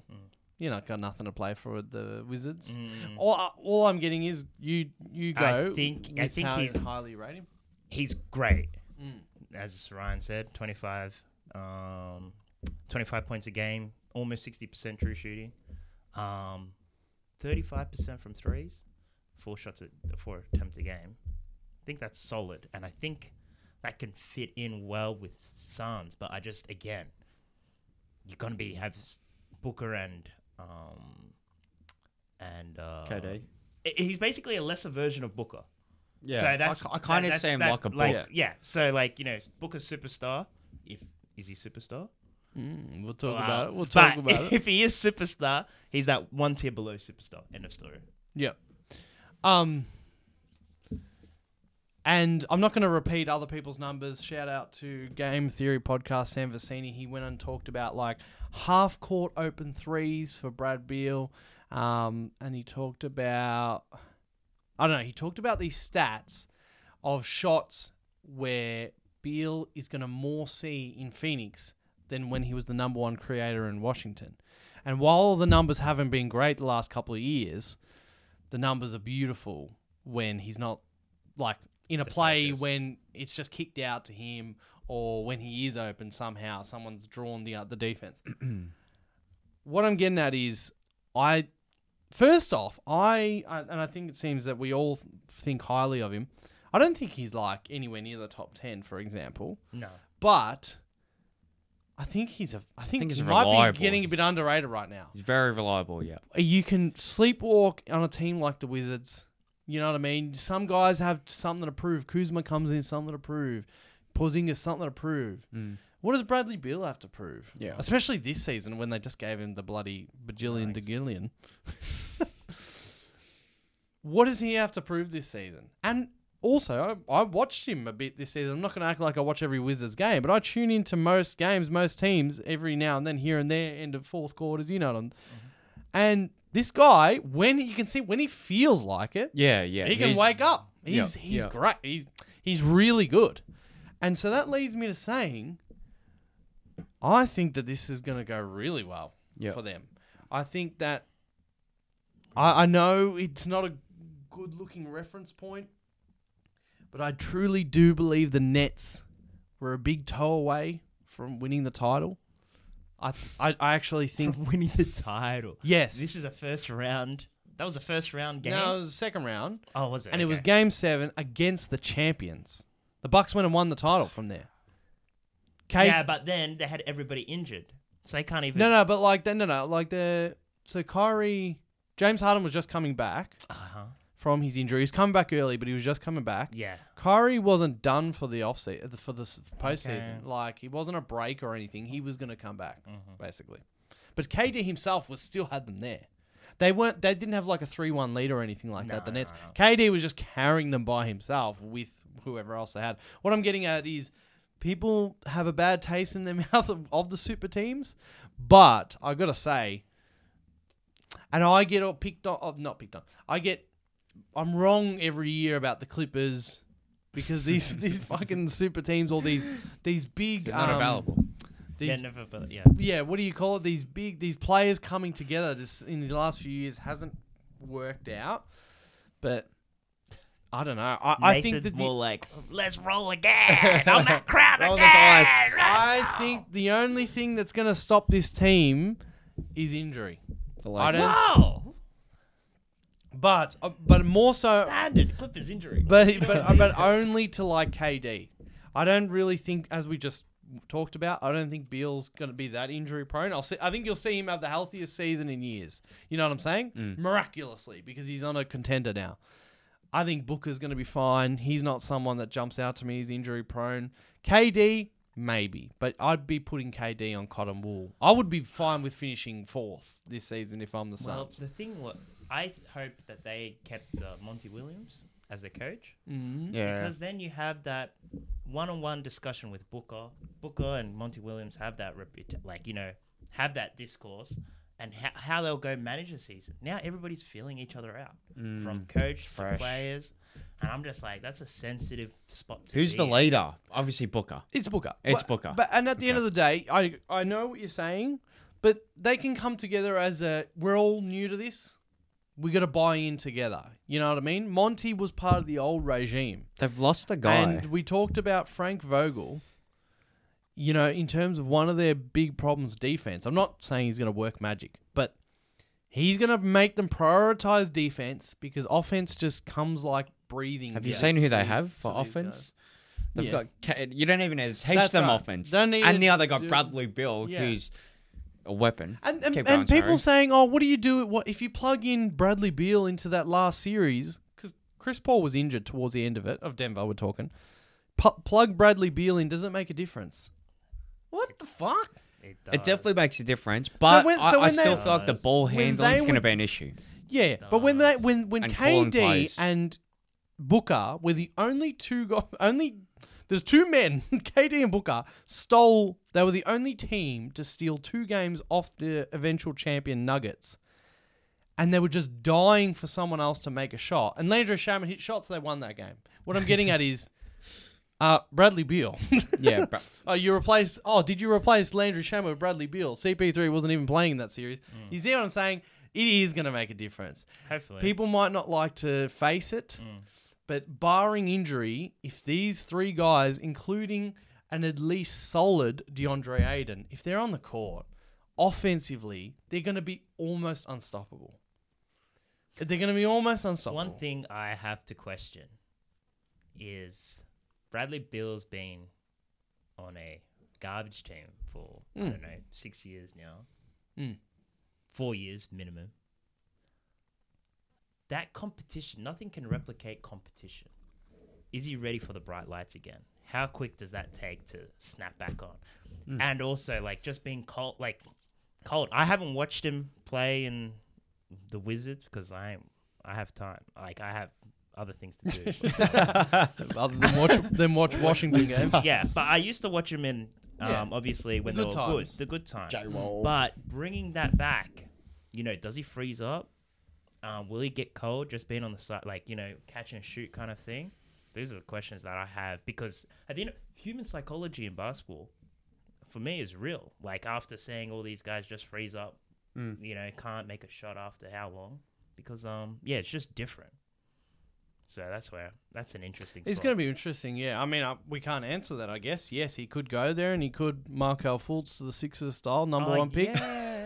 [SPEAKER 1] You know, got nothing to play for with the Wizards. All, uh, all I'm getting is you you
[SPEAKER 3] I
[SPEAKER 1] go.
[SPEAKER 3] think- I
[SPEAKER 1] with
[SPEAKER 3] think
[SPEAKER 1] how
[SPEAKER 3] he's-
[SPEAKER 1] highly rated.
[SPEAKER 3] he's great. As Ryan said, 25, um, 25 points a game, almost 60% true shooting. Um, thirty-five percent from threes, four shots at four attempts a game. I think that's solid, and I think that can fit in well with Suns. But I just again, you're gonna be have s- Booker and um and uh,
[SPEAKER 2] KD.
[SPEAKER 3] I- He's basically a lesser version of Booker.
[SPEAKER 2] Yeah,
[SPEAKER 3] So that's
[SPEAKER 2] I, kind of
[SPEAKER 3] that-
[SPEAKER 2] see him
[SPEAKER 3] that's
[SPEAKER 2] like a
[SPEAKER 3] that-
[SPEAKER 2] book.
[SPEAKER 3] like, Yeah. So like you know, Booker's superstar. If is he superstar?
[SPEAKER 1] Mm, we'll talk
[SPEAKER 3] Wow.
[SPEAKER 1] about it. We'll
[SPEAKER 3] But
[SPEAKER 1] talk about it.
[SPEAKER 3] If he is superstar, he's that one tier below superstar. End of story.
[SPEAKER 1] Yep. Um. And I'm not going to repeat other people's numbers. Shout out to Game Theory Podcast, Sam Vecini. He went and talked about like half court open threes for Brad Beal. Um, and he talked about, I don't know, he talked about these stats of shots where Beal is going to more see in Phoenix than when he was the number one creator in Washington. And while the numbers haven't been great the last couple of years, the numbers are beautiful when he's not like in a play
[SPEAKER 3] focus.
[SPEAKER 1] when it's just kicked out to him or when he is open somehow someone's drawn the the defense. what I'm getting at is I first off, I I- and I think it seems that we all think highly of him. I don't think he's like anywhere near the top 10 for example
[SPEAKER 3] No.
[SPEAKER 1] but I think he's a. I think,
[SPEAKER 2] think he's
[SPEAKER 1] he might be
[SPEAKER 2] reliable.
[SPEAKER 1] getting a bit underrated right now.
[SPEAKER 2] He's very reliable. Yeah,
[SPEAKER 1] You can sleepwalk on a team like the Wizards. You know what I mean? Some guys have something to prove. Kuzma comes in, something to prove. Porzingis, something to prove. What does Bradley Beal have to prove?
[SPEAKER 2] Yeah.
[SPEAKER 1] especially this season when they just gave him the bloody bajillion
[SPEAKER 3] Nice.
[SPEAKER 1] degillion. what does he have to prove this season? And also, I, I watched him a bit this season. I'm not going to act like I watch every Wizards game, but I tune into most games, most teams every now and then, here and there, end of fourth quarters, you know. What I'm, And this guy, when he can see, when he feels like it,
[SPEAKER 2] yeah, yeah.
[SPEAKER 1] he can
[SPEAKER 2] he's-
[SPEAKER 1] wake up.
[SPEAKER 2] yeah,
[SPEAKER 1] He's he's
[SPEAKER 2] yeah.
[SPEAKER 1] great. He's he's really good. And so that leads me to saying, I think that this is going to go really well
[SPEAKER 2] Yeah.
[SPEAKER 1] for them. I think that I, I know it's not a good looking reference point, but I truly do believe the Nets were a big toe away from winning the title. I I, I actually think
[SPEAKER 3] winning the title.
[SPEAKER 1] yes.
[SPEAKER 3] This is a first round. That was a first round game.
[SPEAKER 1] no, it was the second round.
[SPEAKER 3] oh, was it?
[SPEAKER 1] and it was
[SPEAKER 3] Okay.
[SPEAKER 1] game seven against the champions. The Bucks went and won the title from there. Kate,
[SPEAKER 3] Yeah, but then they had everybody injured, so they can't even.
[SPEAKER 1] no, no, but like, no, no, no, like the so Kyrie, James Harden was just coming back
[SPEAKER 3] Uh huh.
[SPEAKER 1] from his injury. He was coming back early, but he was just coming back.
[SPEAKER 3] Yeah.
[SPEAKER 1] Kyrie wasn't done for the off season, for the s- postseason.
[SPEAKER 3] Okay.
[SPEAKER 1] Like he wasn't a break or anything. He was going to come back
[SPEAKER 3] Mhm.
[SPEAKER 1] basically. But KD himself was still had them there. They weren't. They didn't have like a three-one lead or anything like that. The
[SPEAKER 3] No,
[SPEAKER 1] Nets.
[SPEAKER 3] no, no.
[SPEAKER 1] KD was just carrying them by himself with whoever else they had. What I'm getting at is. People have a bad taste in their mouth of, of the super teams, but I gotta say, and I get all picked on, oh, not picked on. I get, I'm wrong every year about the Clippers because these these fucking super teams, all these these big,
[SPEAKER 2] They're not
[SPEAKER 1] um,
[SPEAKER 2] available.
[SPEAKER 3] Yeah,
[SPEAKER 1] these
[SPEAKER 3] never. But yeah.
[SPEAKER 1] yeah, what do you call it? These big, these players coming together this in these last few years hasn't worked out. But I don't know. I, I
[SPEAKER 3] Make
[SPEAKER 1] think
[SPEAKER 3] this
[SPEAKER 1] that the-
[SPEAKER 3] more like let's roll again on that crowd
[SPEAKER 2] Roll the
[SPEAKER 3] again.
[SPEAKER 2] dice.
[SPEAKER 1] I think the only thing that's going to stop this team is injury.
[SPEAKER 2] The
[SPEAKER 1] I
[SPEAKER 2] Lakers.
[SPEAKER 1] don't-
[SPEAKER 3] Whoa!
[SPEAKER 1] But uh, but more so,
[SPEAKER 3] Standard Clippers injury.
[SPEAKER 1] but but but only to like KD. I don't really think, as we just talked about, I don't think Beal's going to be that injury prone. I'll see. I think you'll see him have the healthiest season in years. You know what I'm saying? Miraculously, because he's on a contender now. I think Booker's going to be fine. He's not someone that jumps out to me. He's injury prone. KD maybe, but I'd be putting KD on cotton wool. I would be fine with finishing fourth this season if I'm the
[SPEAKER 3] Well,
[SPEAKER 1] Suns.
[SPEAKER 3] the thing was, I th- hope that they kept uh, Monty Williams as their coach
[SPEAKER 1] mm
[SPEAKER 2] Yeah.
[SPEAKER 3] because then you have that one-on-one discussion with Booker. Booker and Monty Williams have that reputa- like you know, have that discourse and ho- how they'll go manage the season. Now everybody's feeling each other out from coach to
[SPEAKER 2] Mm. fresh.
[SPEAKER 3] players, and I'm just like, that's a sensitive spot to
[SPEAKER 2] Who's
[SPEAKER 3] be
[SPEAKER 2] the
[SPEAKER 3] in.
[SPEAKER 2] leader? Obviously Booker.
[SPEAKER 1] It's Booker.
[SPEAKER 2] It's
[SPEAKER 1] But-
[SPEAKER 2] Booker.
[SPEAKER 1] But and at the end of
[SPEAKER 2] Okay.
[SPEAKER 1] the day, I I know what you're saying, but they can come together as a we're all new to this. We got to buy in together. You know what I mean? Monty was part of the old regime.
[SPEAKER 2] They've lost the guy.
[SPEAKER 1] And we talked about Frank Vogel. You know, in terms of one of their big problems, defense. I'm not saying he's going to work magic, but He's going to make them prioritize defense because offense just comes like breathing.
[SPEAKER 2] Have you
[SPEAKER 1] to-
[SPEAKER 2] seen who
[SPEAKER 1] to
[SPEAKER 2] they
[SPEAKER 1] these-
[SPEAKER 2] have
[SPEAKER 1] to
[SPEAKER 2] for
[SPEAKER 1] these guys.
[SPEAKER 2] offense? They've
[SPEAKER 1] Yeah.
[SPEAKER 2] got Ca- you don't even need to teach
[SPEAKER 1] That's
[SPEAKER 2] them
[SPEAKER 1] right.
[SPEAKER 2] offense.
[SPEAKER 1] Don't need to
[SPEAKER 2] and the other guy,
[SPEAKER 1] do-
[SPEAKER 2] Bradley Bill,
[SPEAKER 1] Yeah.
[SPEAKER 2] who's a weapon.
[SPEAKER 1] And and,
[SPEAKER 2] Keep
[SPEAKER 1] and
[SPEAKER 2] going,
[SPEAKER 1] people
[SPEAKER 2] sorry.
[SPEAKER 1] saying, "Oh, what do you do? What if you plug in Bradley Beal into that last series? Because Chris Paul was injured towards the end of it of Denver. We're talking. Pu- plug Bradley Beal in. Does it make a difference? What the fuck?
[SPEAKER 3] It,
[SPEAKER 2] It definitely
[SPEAKER 3] does.
[SPEAKER 2] makes a difference, but
[SPEAKER 1] when-
[SPEAKER 2] I,
[SPEAKER 1] so
[SPEAKER 2] I
[SPEAKER 1] when they-
[SPEAKER 2] still feel like the ball
[SPEAKER 1] When
[SPEAKER 2] handling
[SPEAKER 1] they
[SPEAKER 2] is going to
[SPEAKER 1] would-
[SPEAKER 2] be an issue.
[SPEAKER 1] Yeah, but when they
[SPEAKER 3] does.
[SPEAKER 1] when when
[SPEAKER 2] And calling
[SPEAKER 1] KD
[SPEAKER 2] plays.
[SPEAKER 1] and Booker were the only two go- only there's two men KD and Booker stole they were the only team to steal two games off the eventual champion Nuggets. And they were just dying for someone else to make a shot. And Landry Shaman hit shots, they won that game. What I'm getting at is uh, Bradley Beal.
[SPEAKER 2] Yeah, but
[SPEAKER 1] Oh, you replace. Oh, did you replace Landry Shamet with Bradley Beal? CP3 wasn't even playing in that series.
[SPEAKER 3] Mm.
[SPEAKER 1] You see what I'm saying? It is going to make a difference.
[SPEAKER 3] Hopefully.
[SPEAKER 1] People might not like to face it,
[SPEAKER 3] Mm.
[SPEAKER 1] but barring injury, if these three guys, including an at least solid DeAndre Ayton, if they're on the court offensively, they're going to be almost unstoppable. They're going to be almost unstoppable.
[SPEAKER 3] One thing I have to question is Bradley Bill's been on a garbage team for I don't know six years now,
[SPEAKER 1] Mm.
[SPEAKER 3] four years minimum. That competition, nothing can replicate competition. Is he ready for the bright lights again? How quick does that take to snap back on? And also, like just being cold, like cold. I haven't watched him play in the Wizards because I am I have time. Like I have other things to do.
[SPEAKER 1] Other than watch, than watch Washington games.
[SPEAKER 3] yeah, but I used to watch him in um,
[SPEAKER 1] Yeah.
[SPEAKER 3] obviously when
[SPEAKER 1] The
[SPEAKER 3] they
[SPEAKER 1] good
[SPEAKER 3] were
[SPEAKER 1] times.
[SPEAKER 3] good, the good times.
[SPEAKER 2] J-Roll.
[SPEAKER 3] But bringing that back, you know, does he freeze up? Um, will he get cold just being on the side, like you know, catch and shoot kind of thing? These are the questions that I have because at the end, human psychology in basketball, for me, is real. Like after seeing all these guys just freeze up,
[SPEAKER 1] Mm.
[SPEAKER 3] you know, can't make a shot after how long? Because um, yeah, it's just different. So that's where that's an interesting.
[SPEAKER 1] It's
[SPEAKER 3] spot.
[SPEAKER 1] going to be interesting, yeah. I mean, I, we can't answer that, I guess. Yes, he could go there and he could Markel Fultz to the Sixers style, number
[SPEAKER 3] Oh,
[SPEAKER 1] one pick.
[SPEAKER 3] yeah.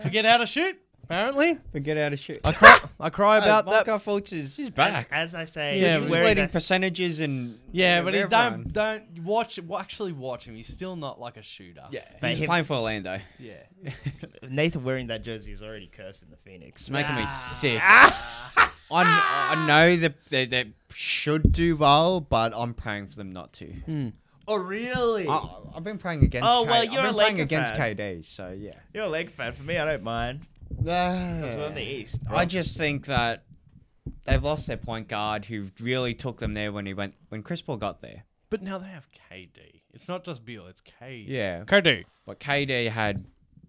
[SPEAKER 1] Forget how to shoot, apparently.
[SPEAKER 2] but get out of shit.
[SPEAKER 1] I cry, I cry about that.
[SPEAKER 2] Marco Fultz is he's back.
[SPEAKER 3] As I say,
[SPEAKER 1] Yeah,
[SPEAKER 3] yeah,
[SPEAKER 2] He's
[SPEAKER 1] wearing
[SPEAKER 2] leading percentages and
[SPEAKER 1] Yeah, but he
[SPEAKER 2] everyone.
[SPEAKER 1] don't don't watch well, actually watch him. He's still not like a shooter.
[SPEAKER 2] Yeah,
[SPEAKER 3] But
[SPEAKER 2] he's
[SPEAKER 3] him-
[SPEAKER 2] playing for Orlando.
[SPEAKER 1] Yeah.
[SPEAKER 3] Nathan wearing that jersey is already cursing the Phoenix.
[SPEAKER 2] It's making me
[SPEAKER 3] Ah.
[SPEAKER 2] sick.
[SPEAKER 1] Ah.
[SPEAKER 2] I, kn- I know that they, they should do well, but I'm praying for them not to.
[SPEAKER 1] Oh really?
[SPEAKER 2] I, I've been praying against.
[SPEAKER 3] Oh, well,
[SPEAKER 2] K-
[SPEAKER 3] you're
[SPEAKER 2] I've
[SPEAKER 3] a
[SPEAKER 2] been playing
[SPEAKER 3] Laker
[SPEAKER 2] against
[SPEAKER 3] fan.
[SPEAKER 2] KD, so yeah.
[SPEAKER 3] You're a leg fan. For me, I don't mind. Because we're on the East.
[SPEAKER 2] I just think that they've lost their point guard, who really took them there when he went when Chris Paul got there.
[SPEAKER 1] but now they have KD. It's not just Beal. It's KD.
[SPEAKER 2] Yeah,
[SPEAKER 1] KD.
[SPEAKER 2] but KD had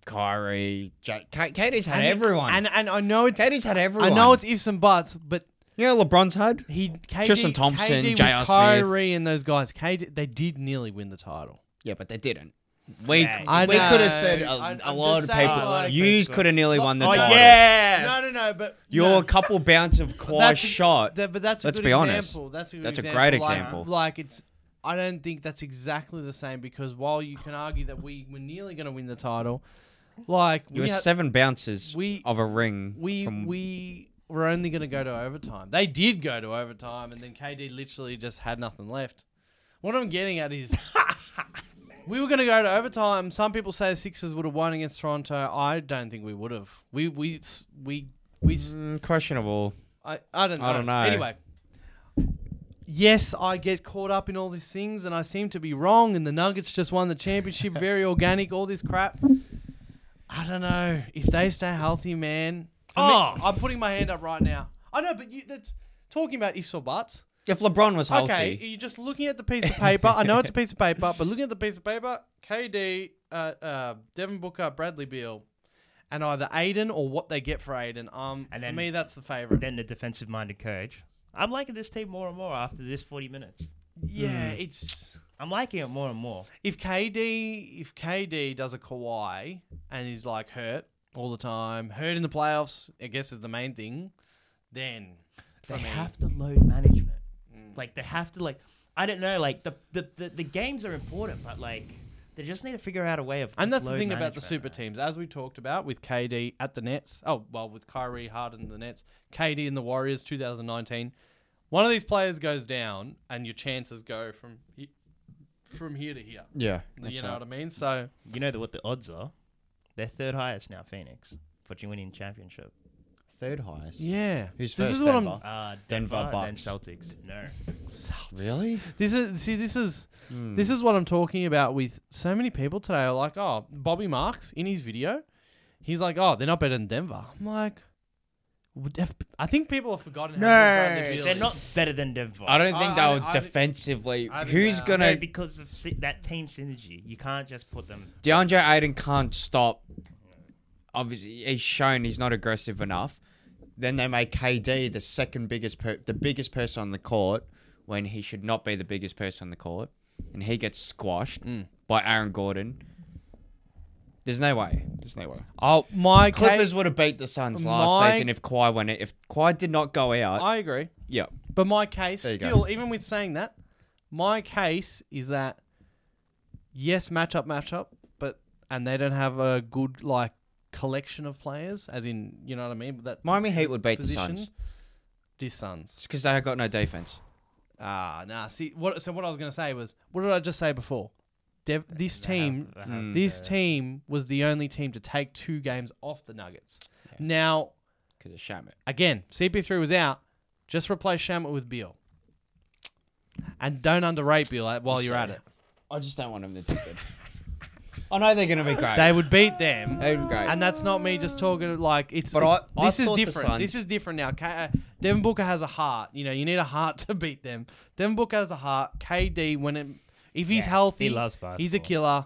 [SPEAKER 2] Kyrie. J- K- KD's had
[SPEAKER 1] And-
[SPEAKER 2] everyone.
[SPEAKER 1] And and I know it's
[SPEAKER 2] KD's had everyone.
[SPEAKER 1] I know it's ifs and buts, but
[SPEAKER 2] you know LeBron's had.
[SPEAKER 1] he KD,
[SPEAKER 2] Tristan Thompson,
[SPEAKER 1] KD with
[SPEAKER 2] J.R. Smith.
[SPEAKER 1] Kyrie and those guys. KD they did nearly win the title.
[SPEAKER 2] Yeah, but they didn't. We
[SPEAKER 3] Yeah.
[SPEAKER 1] I
[SPEAKER 2] we
[SPEAKER 1] know.
[SPEAKER 2] could have said a
[SPEAKER 1] I- I'm
[SPEAKER 2] a lot
[SPEAKER 1] just
[SPEAKER 2] of
[SPEAKER 1] saying,
[SPEAKER 2] people.
[SPEAKER 1] like-
[SPEAKER 2] Yous could have nearly won the
[SPEAKER 1] Oh,
[SPEAKER 2] title.
[SPEAKER 3] yeah.
[SPEAKER 1] No, no, no. But
[SPEAKER 2] Your
[SPEAKER 1] no.
[SPEAKER 2] couple bounce of quad
[SPEAKER 1] That's a-
[SPEAKER 2] shot.
[SPEAKER 1] That, but that's a
[SPEAKER 2] Let's
[SPEAKER 1] good
[SPEAKER 2] be honest.
[SPEAKER 1] example. That's a good
[SPEAKER 2] That's a
[SPEAKER 1] example.
[SPEAKER 2] great
[SPEAKER 1] Like-
[SPEAKER 2] example.
[SPEAKER 1] Like, it's, I don't think that's exactly the same because while you can argue that we were nearly going to win the title, like
[SPEAKER 2] you
[SPEAKER 1] we
[SPEAKER 2] were
[SPEAKER 1] had,
[SPEAKER 2] seven bounces
[SPEAKER 1] we-
[SPEAKER 2] of a ring.
[SPEAKER 1] we
[SPEAKER 2] from,
[SPEAKER 1] we were only going to go to overtime. They did go to overtime, and then KD literally just had nothing left. What I'm getting at is. We were going to go to overtime. Some people say the Sixers would have won against Toronto. I don't think we would have. We we we we s-
[SPEAKER 2] Mm, questionable.
[SPEAKER 1] I, I don't know.
[SPEAKER 2] I don't know.
[SPEAKER 1] Anyway, yes, I get caught up in all these things and I seem to be wrong, and the Nuggets just won the championship. Very organic, all this crap. I don't know. If they stay healthy, man. for me-
[SPEAKER 3] Oh.
[SPEAKER 1] I'm putting my hand up right now. I know, but you, that's talking about ifs or buts.
[SPEAKER 2] If LeBron was healthy,
[SPEAKER 1] Okay, you're just looking at the piece of paper. I know it's a piece of paper, but looking at the piece of paper, KD, uh, uh, Devin Booker, Bradley Beal, and either Aiden or what they get for Aiden. Um, for
[SPEAKER 3] And then-
[SPEAKER 1] me, that's the favorite.
[SPEAKER 3] Then the defensive minded coach. I'm liking this team more and more after this 40 minutes.
[SPEAKER 1] Yeah,
[SPEAKER 3] Mm.
[SPEAKER 1] it's
[SPEAKER 3] I'm liking it more and more.
[SPEAKER 1] if KD if KD does a Kawhi and is like hurt all the time, hurt in the playoffs, I guess is the main thing. Then for
[SPEAKER 3] They
[SPEAKER 1] me,
[SPEAKER 3] have to load management.
[SPEAKER 2] Mm.
[SPEAKER 3] Like, they have to, like, I don't know, like, the, the, the, the games are important, but, like, They just need to figure out a way of.
[SPEAKER 1] And
[SPEAKER 3] just
[SPEAKER 1] that's the
[SPEAKER 3] load
[SPEAKER 1] thing about the
[SPEAKER 3] management,
[SPEAKER 1] super
[SPEAKER 3] man.
[SPEAKER 1] teams, as we talked about with KD at the Nets. Oh well, with Kyrie Harden the Nets, KD and the Warriors, 2019. One of these players goes down, and your chances go from he- from here to here.
[SPEAKER 2] Yeah.
[SPEAKER 1] you know what I mean? So
[SPEAKER 3] You know the, what the odds are? They're third highest now, Phoenix, for winning championship.
[SPEAKER 2] Third highest.
[SPEAKER 1] yeah,
[SPEAKER 2] Who's
[SPEAKER 1] this
[SPEAKER 2] first,
[SPEAKER 1] is what
[SPEAKER 2] Denver?
[SPEAKER 3] Uh,
[SPEAKER 2] Denver
[SPEAKER 3] Denver, then
[SPEAKER 2] Bucks.
[SPEAKER 3] Celtics. No.
[SPEAKER 1] I'm.
[SPEAKER 2] Really?
[SPEAKER 1] This is see. This is
[SPEAKER 2] Hmm.
[SPEAKER 1] this is what I'm talking about with so many people today. Are like, oh, Bobby Marks in his video, he's like, oh, they're not better than Denver. I'm like, would Def- I think people have forgotten. How good Bradley
[SPEAKER 2] No.
[SPEAKER 1] Beal
[SPEAKER 3] They're
[SPEAKER 1] is.
[SPEAKER 3] not better than Denver.
[SPEAKER 2] I don't think
[SPEAKER 1] I- I-
[SPEAKER 2] they'll
[SPEAKER 1] I-
[SPEAKER 2] defensively.
[SPEAKER 1] I think
[SPEAKER 2] who's
[SPEAKER 1] they are.
[SPEAKER 2] gonna?
[SPEAKER 3] no, because of sy- that team synergy. You can't just put them.
[SPEAKER 2] DeAndre Aiden can't stop. Obviously, he's shown he's not aggressive enough. Then they make KD the second biggest, per- the biggest person on the court when he should not be the biggest person on the court, and he gets squashed
[SPEAKER 1] Mm.
[SPEAKER 2] by Aaron Gordon. There's no way. There's no way.
[SPEAKER 1] Oh, my
[SPEAKER 2] Clippers
[SPEAKER 1] Clippers.
[SPEAKER 2] would have beat the Suns
[SPEAKER 1] My-
[SPEAKER 2] last season if Kawhi went. If Kawhi did not go out,
[SPEAKER 1] I agree,
[SPEAKER 2] yeah,
[SPEAKER 1] but my case
[SPEAKER 2] There you go.
[SPEAKER 1] still, even with saying that, my case is that yes, matchup, matchup, but and they don't have a good like collection of players, as in you know what I mean. That
[SPEAKER 2] Miami Heat would beat
[SPEAKER 1] position.
[SPEAKER 2] the Suns
[SPEAKER 1] Dis Suns.
[SPEAKER 2] because they got no defense.
[SPEAKER 1] Ah, nah. See, what? So what I was gonna say was, what did I just say before? Dev, this
[SPEAKER 3] They have-
[SPEAKER 1] team,
[SPEAKER 3] they have
[SPEAKER 1] this
[SPEAKER 3] the-
[SPEAKER 1] team was the only team to take two games off the Nuggets. Now,
[SPEAKER 2] Because of Shamit.
[SPEAKER 1] again, CP3 was out. Just replace Shamit with Beal, and don't underrate Beal at- while you're at it.
[SPEAKER 2] I just don't want them to do good. I know they're gonna be great.
[SPEAKER 1] They would beat them.
[SPEAKER 2] They'd be great.
[SPEAKER 1] And that's not me just talking like it's.
[SPEAKER 2] But
[SPEAKER 1] it's-
[SPEAKER 2] I- I
[SPEAKER 1] this is
[SPEAKER 2] thought the
[SPEAKER 1] different.
[SPEAKER 2] Suns-
[SPEAKER 1] this is different now. K- uh, Devin Booker has a heart. You know, you need a heart to beat them. Devin Booker has a heart. KD when it, if he's
[SPEAKER 3] Yeah,
[SPEAKER 1] healthy,
[SPEAKER 3] he loves
[SPEAKER 1] He's a
[SPEAKER 3] basketball.
[SPEAKER 1] killer.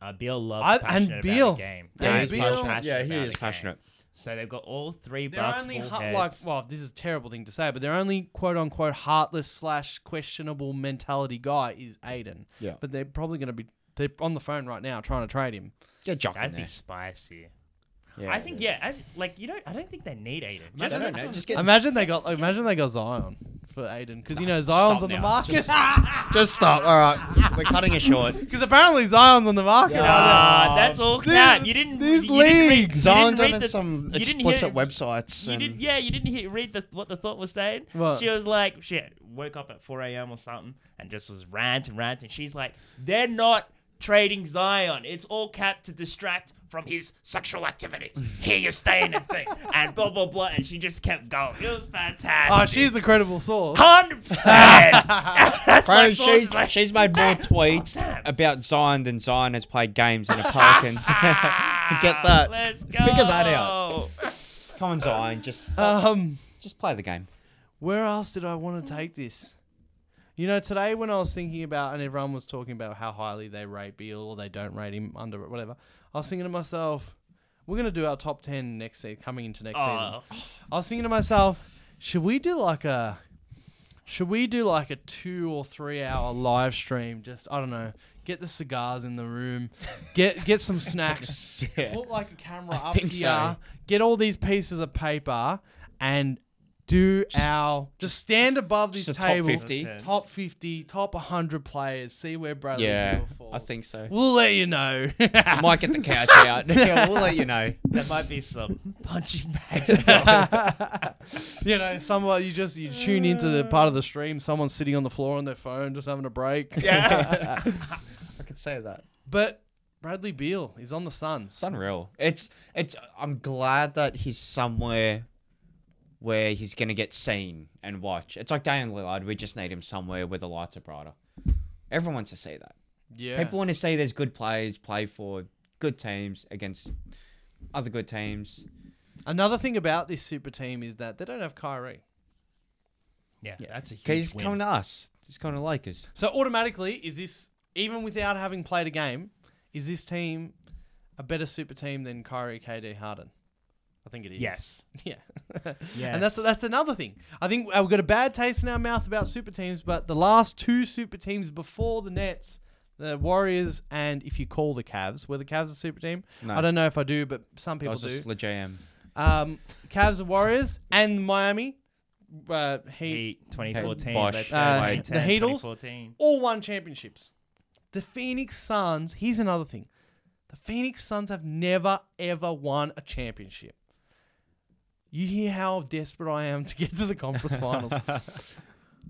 [SPEAKER 3] Uh, Beal loves
[SPEAKER 1] I- and
[SPEAKER 3] passionate about
[SPEAKER 1] Beal.
[SPEAKER 3] the game.
[SPEAKER 1] Yeah,
[SPEAKER 3] Nah,
[SPEAKER 1] he's
[SPEAKER 3] Beal's
[SPEAKER 1] passionate.
[SPEAKER 2] Yeah, he
[SPEAKER 3] about
[SPEAKER 2] is
[SPEAKER 3] the game.
[SPEAKER 2] passionate.
[SPEAKER 3] So they've got all three
[SPEAKER 1] They're
[SPEAKER 3] bucks.
[SPEAKER 1] only
[SPEAKER 3] full
[SPEAKER 1] ha-
[SPEAKER 3] heads.
[SPEAKER 1] like, well, this is a terrible thing to say, but their only quote unquote heartless slash questionable mentality guy is Aiden.
[SPEAKER 2] Yeah.
[SPEAKER 1] But they're probably going to be they're on the phone right now trying to trade him.
[SPEAKER 2] Get Jock in
[SPEAKER 3] That'd be
[SPEAKER 2] there.
[SPEAKER 3] spicy.
[SPEAKER 2] Yeah.
[SPEAKER 3] I think yeah, as, like you don't. I don't think they need Aiden.
[SPEAKER 2] I
[SPEAKER 3] Just,
[SPEAKER 2] don't know. Just get.
[SPEAKER 1] Imagine they got imagine they got Zion for Aiden because you know Zion's on the
[SPEAKER 2] now.
[SPEAKER 1] market.
[SPEAKER 2] Just stop. All right, we're cutting it short.
[SPEAKER 1] Because apparently Zion's on the market.
[SPEAKER 3] Ah, that's all.
[SPEAKER 1] This-
[SPEAKER 3] Cat. You didn't.
[SPEAKER 1] this
[SPEAKER 3] you didn't read-
[SPEAKER 1] league.
[SPEAKER 3] you
[SPEAKER 2] Zion's
[SPEAKER 3] didn't read
[SPEAKER 2] on
[SPEAKER 3] the-
[SPEAKER 2] some
[SPEAKER 3] you didn't hear-
[SPEAKER 2] explicit websites.
[SPEAKER 3] You
[SPEAKER 2] and
[SPEAKER 3] didn't, yeah, you didn't hear, read the, what the thought was saying.
[SPEAKER 1] What?
[SPEAKER 3] She was like, she woke up at 4 a.m. or something and just was rant and rant. And she's like, they're not trading Zion. It's all cap to distract from his sexual activities. Here you're staying and thing. And blah, blah, blah. And she just kept going. It was fantastic.
[SPEAKER 1] Oh, she's the credible source.
[SPEAKER 3] 100%. That's
[SPEAKER 2] Bro,
[SPEAKER 3] my source.
[SPEAKER 2] she's,
[SPEAKER 3] Like,
[SPEAKER 2] she's made more tweets about Zion than Zion has played games in the Pelicans. Get that.
[SPEAKER 3] Let's go.
[SPEAKER 2] Figure that out. Come on, Zion. Just stop.
[SPEAKER 1] Um,
[SPEAKER 2] just play the game.
[SPEAKER 1] where else did I want to take this? You know, today when I was thinking about, and everyone was talking about how highly they rate Beal or they don't rate him under whatever, I was thinking to myself, we're gonna do our top ten next season, coming into next
[SPEAKER 3] Oh,
[SPEAKER 1] season. I was thinking to myself, should we do like a, should we do like a two or three hour live stream? Just I don't know, get the cigars in the room, get get some snacks,
[SPEAKER 2] Yeah.
[SPEAKER 1] put like a camera
[SPEAKER 2] I
[SPEAKER 1] up
[SPEAKER 2] think
[SPEAKER 1] here,
[SPEAKER 2] so.
[SPEAKER 1] get all these pieces of paper, and do our just stand above this
[SPEAKER 2] Just the top
[SPEAKER 1] table,
[SPEAKER 2] 50.
[SPEAKER 3] Okay.
[SPEAKER 1] top 50, top 100 players, see where Bradley
[SPEAKER 2] Yeah,
[SPEAKER 1] Beal falls.
[SPEAKER 2] I think so.
[SPEAKER 1] we'll let you know.
[SPEAKER 2] Might get the couch out. Yeah, we'll let you know.
[SPEAKER 3] there might be some punching bags.
[SPEAKER 1] you know, someone you just you tune into the part of the stream, someone's sitting on the floor on their phone, just having a break.
[SPEAKER 3] yeah.
[SPEAKER 2] I could say that.
[SPEAKER 1] But Bradley Beal is on the Suns.
[SPEAKER 2] It's unreal. It's it's. I'm glad that he's somewhere where he's gonna get seen and watch. It's like Damian Lillard. We just need him somewhere where the lights are brighter. Everyone wants to see that.
[SPEAKER 1] Yeah,
[SPEAKER 2] People want to see there's good players play for good teams against other good teams.
[SPEAKER 1] Another thing about this super team is that they don't have Kyrie.
[SPEAKER 3] yeah, that's a huge
[SPEAKER 2] Okay, he's
[SPEAKER 3] win.
[SPEAKER 2] coming to us. He's coming to Lakers.
[SPEAKER 1] So automatically, is this even without having played a game, is this team a better super team than Kyrie, KD, Harden? I think it is.
[SPEAKER 3] Yes.
[SPEAKER 1] Yeah.
[SPEAKER 3] Yes.
[SPEAKER 1] And that's that's another thing. I think we've got a bad taste in our mouth about super teams, but the last two super teams before the Nets, the Warriors, and if you call the Cavs, were the Cavs a super team?
[SPEAKER 2] No.
[SPEAKER 1] I don't know if I do, but some
[SPEAKER 2] I
[SPEAKER 1] people
[SPEAKER 2] was
[SPEAKER 1] do.
[SPEAKER 2] just the JM.
[SPEAKER 1] Um, Cavs and Warriors and Miami, uh, Heat,
[SPEAKER 3] Heat 2014.
[SPEAKER 2] Bosch.
[SPEAKER 3] let's go,
[SPEAKER 1] Uh,
[SPEAKER 3] 2010,
[SPEAKER 1] the Heatles?
[SPEAKER 3] 2014.
[SPEAKER 1] all won championships. The Phoenix Suns, here's another thing. The Phoenix Suns have never, ever won a championship. You hear how desperate I am to get to the conference finals.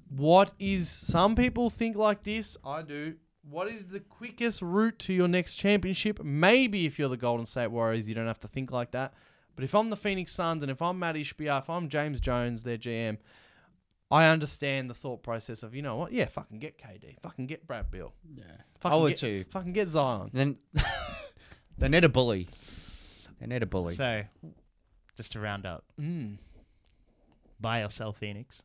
[SPEAKER 1] what is, some people think like this, I do. What is the quickest route to your next championship? Maybe if you're the Golden State Warriors, you don't have to think like that. But if I'm the Phoenix Suns and if I'm Matt Ishbia, if I'm James Jones, their GM, I understand the thought process of, you know what, yeah, fucking get KD, fucking get Brad Bill.
[SPEAKER 2] Yeah.
[SPEAKER 1] Fucking
[SPEAKER 2] I would
[SPEAKER 1] get,
[SPEAKER 2] too.
[SPEAKER 1] Fucking get Zion.
[SPEAKER 2] Then they need a bully. They need a bully.
[SPEAKER 3] So, just to round up,
[SPEAKER 1] Mm.
[SPEAKER 3] buy or sell Phoenix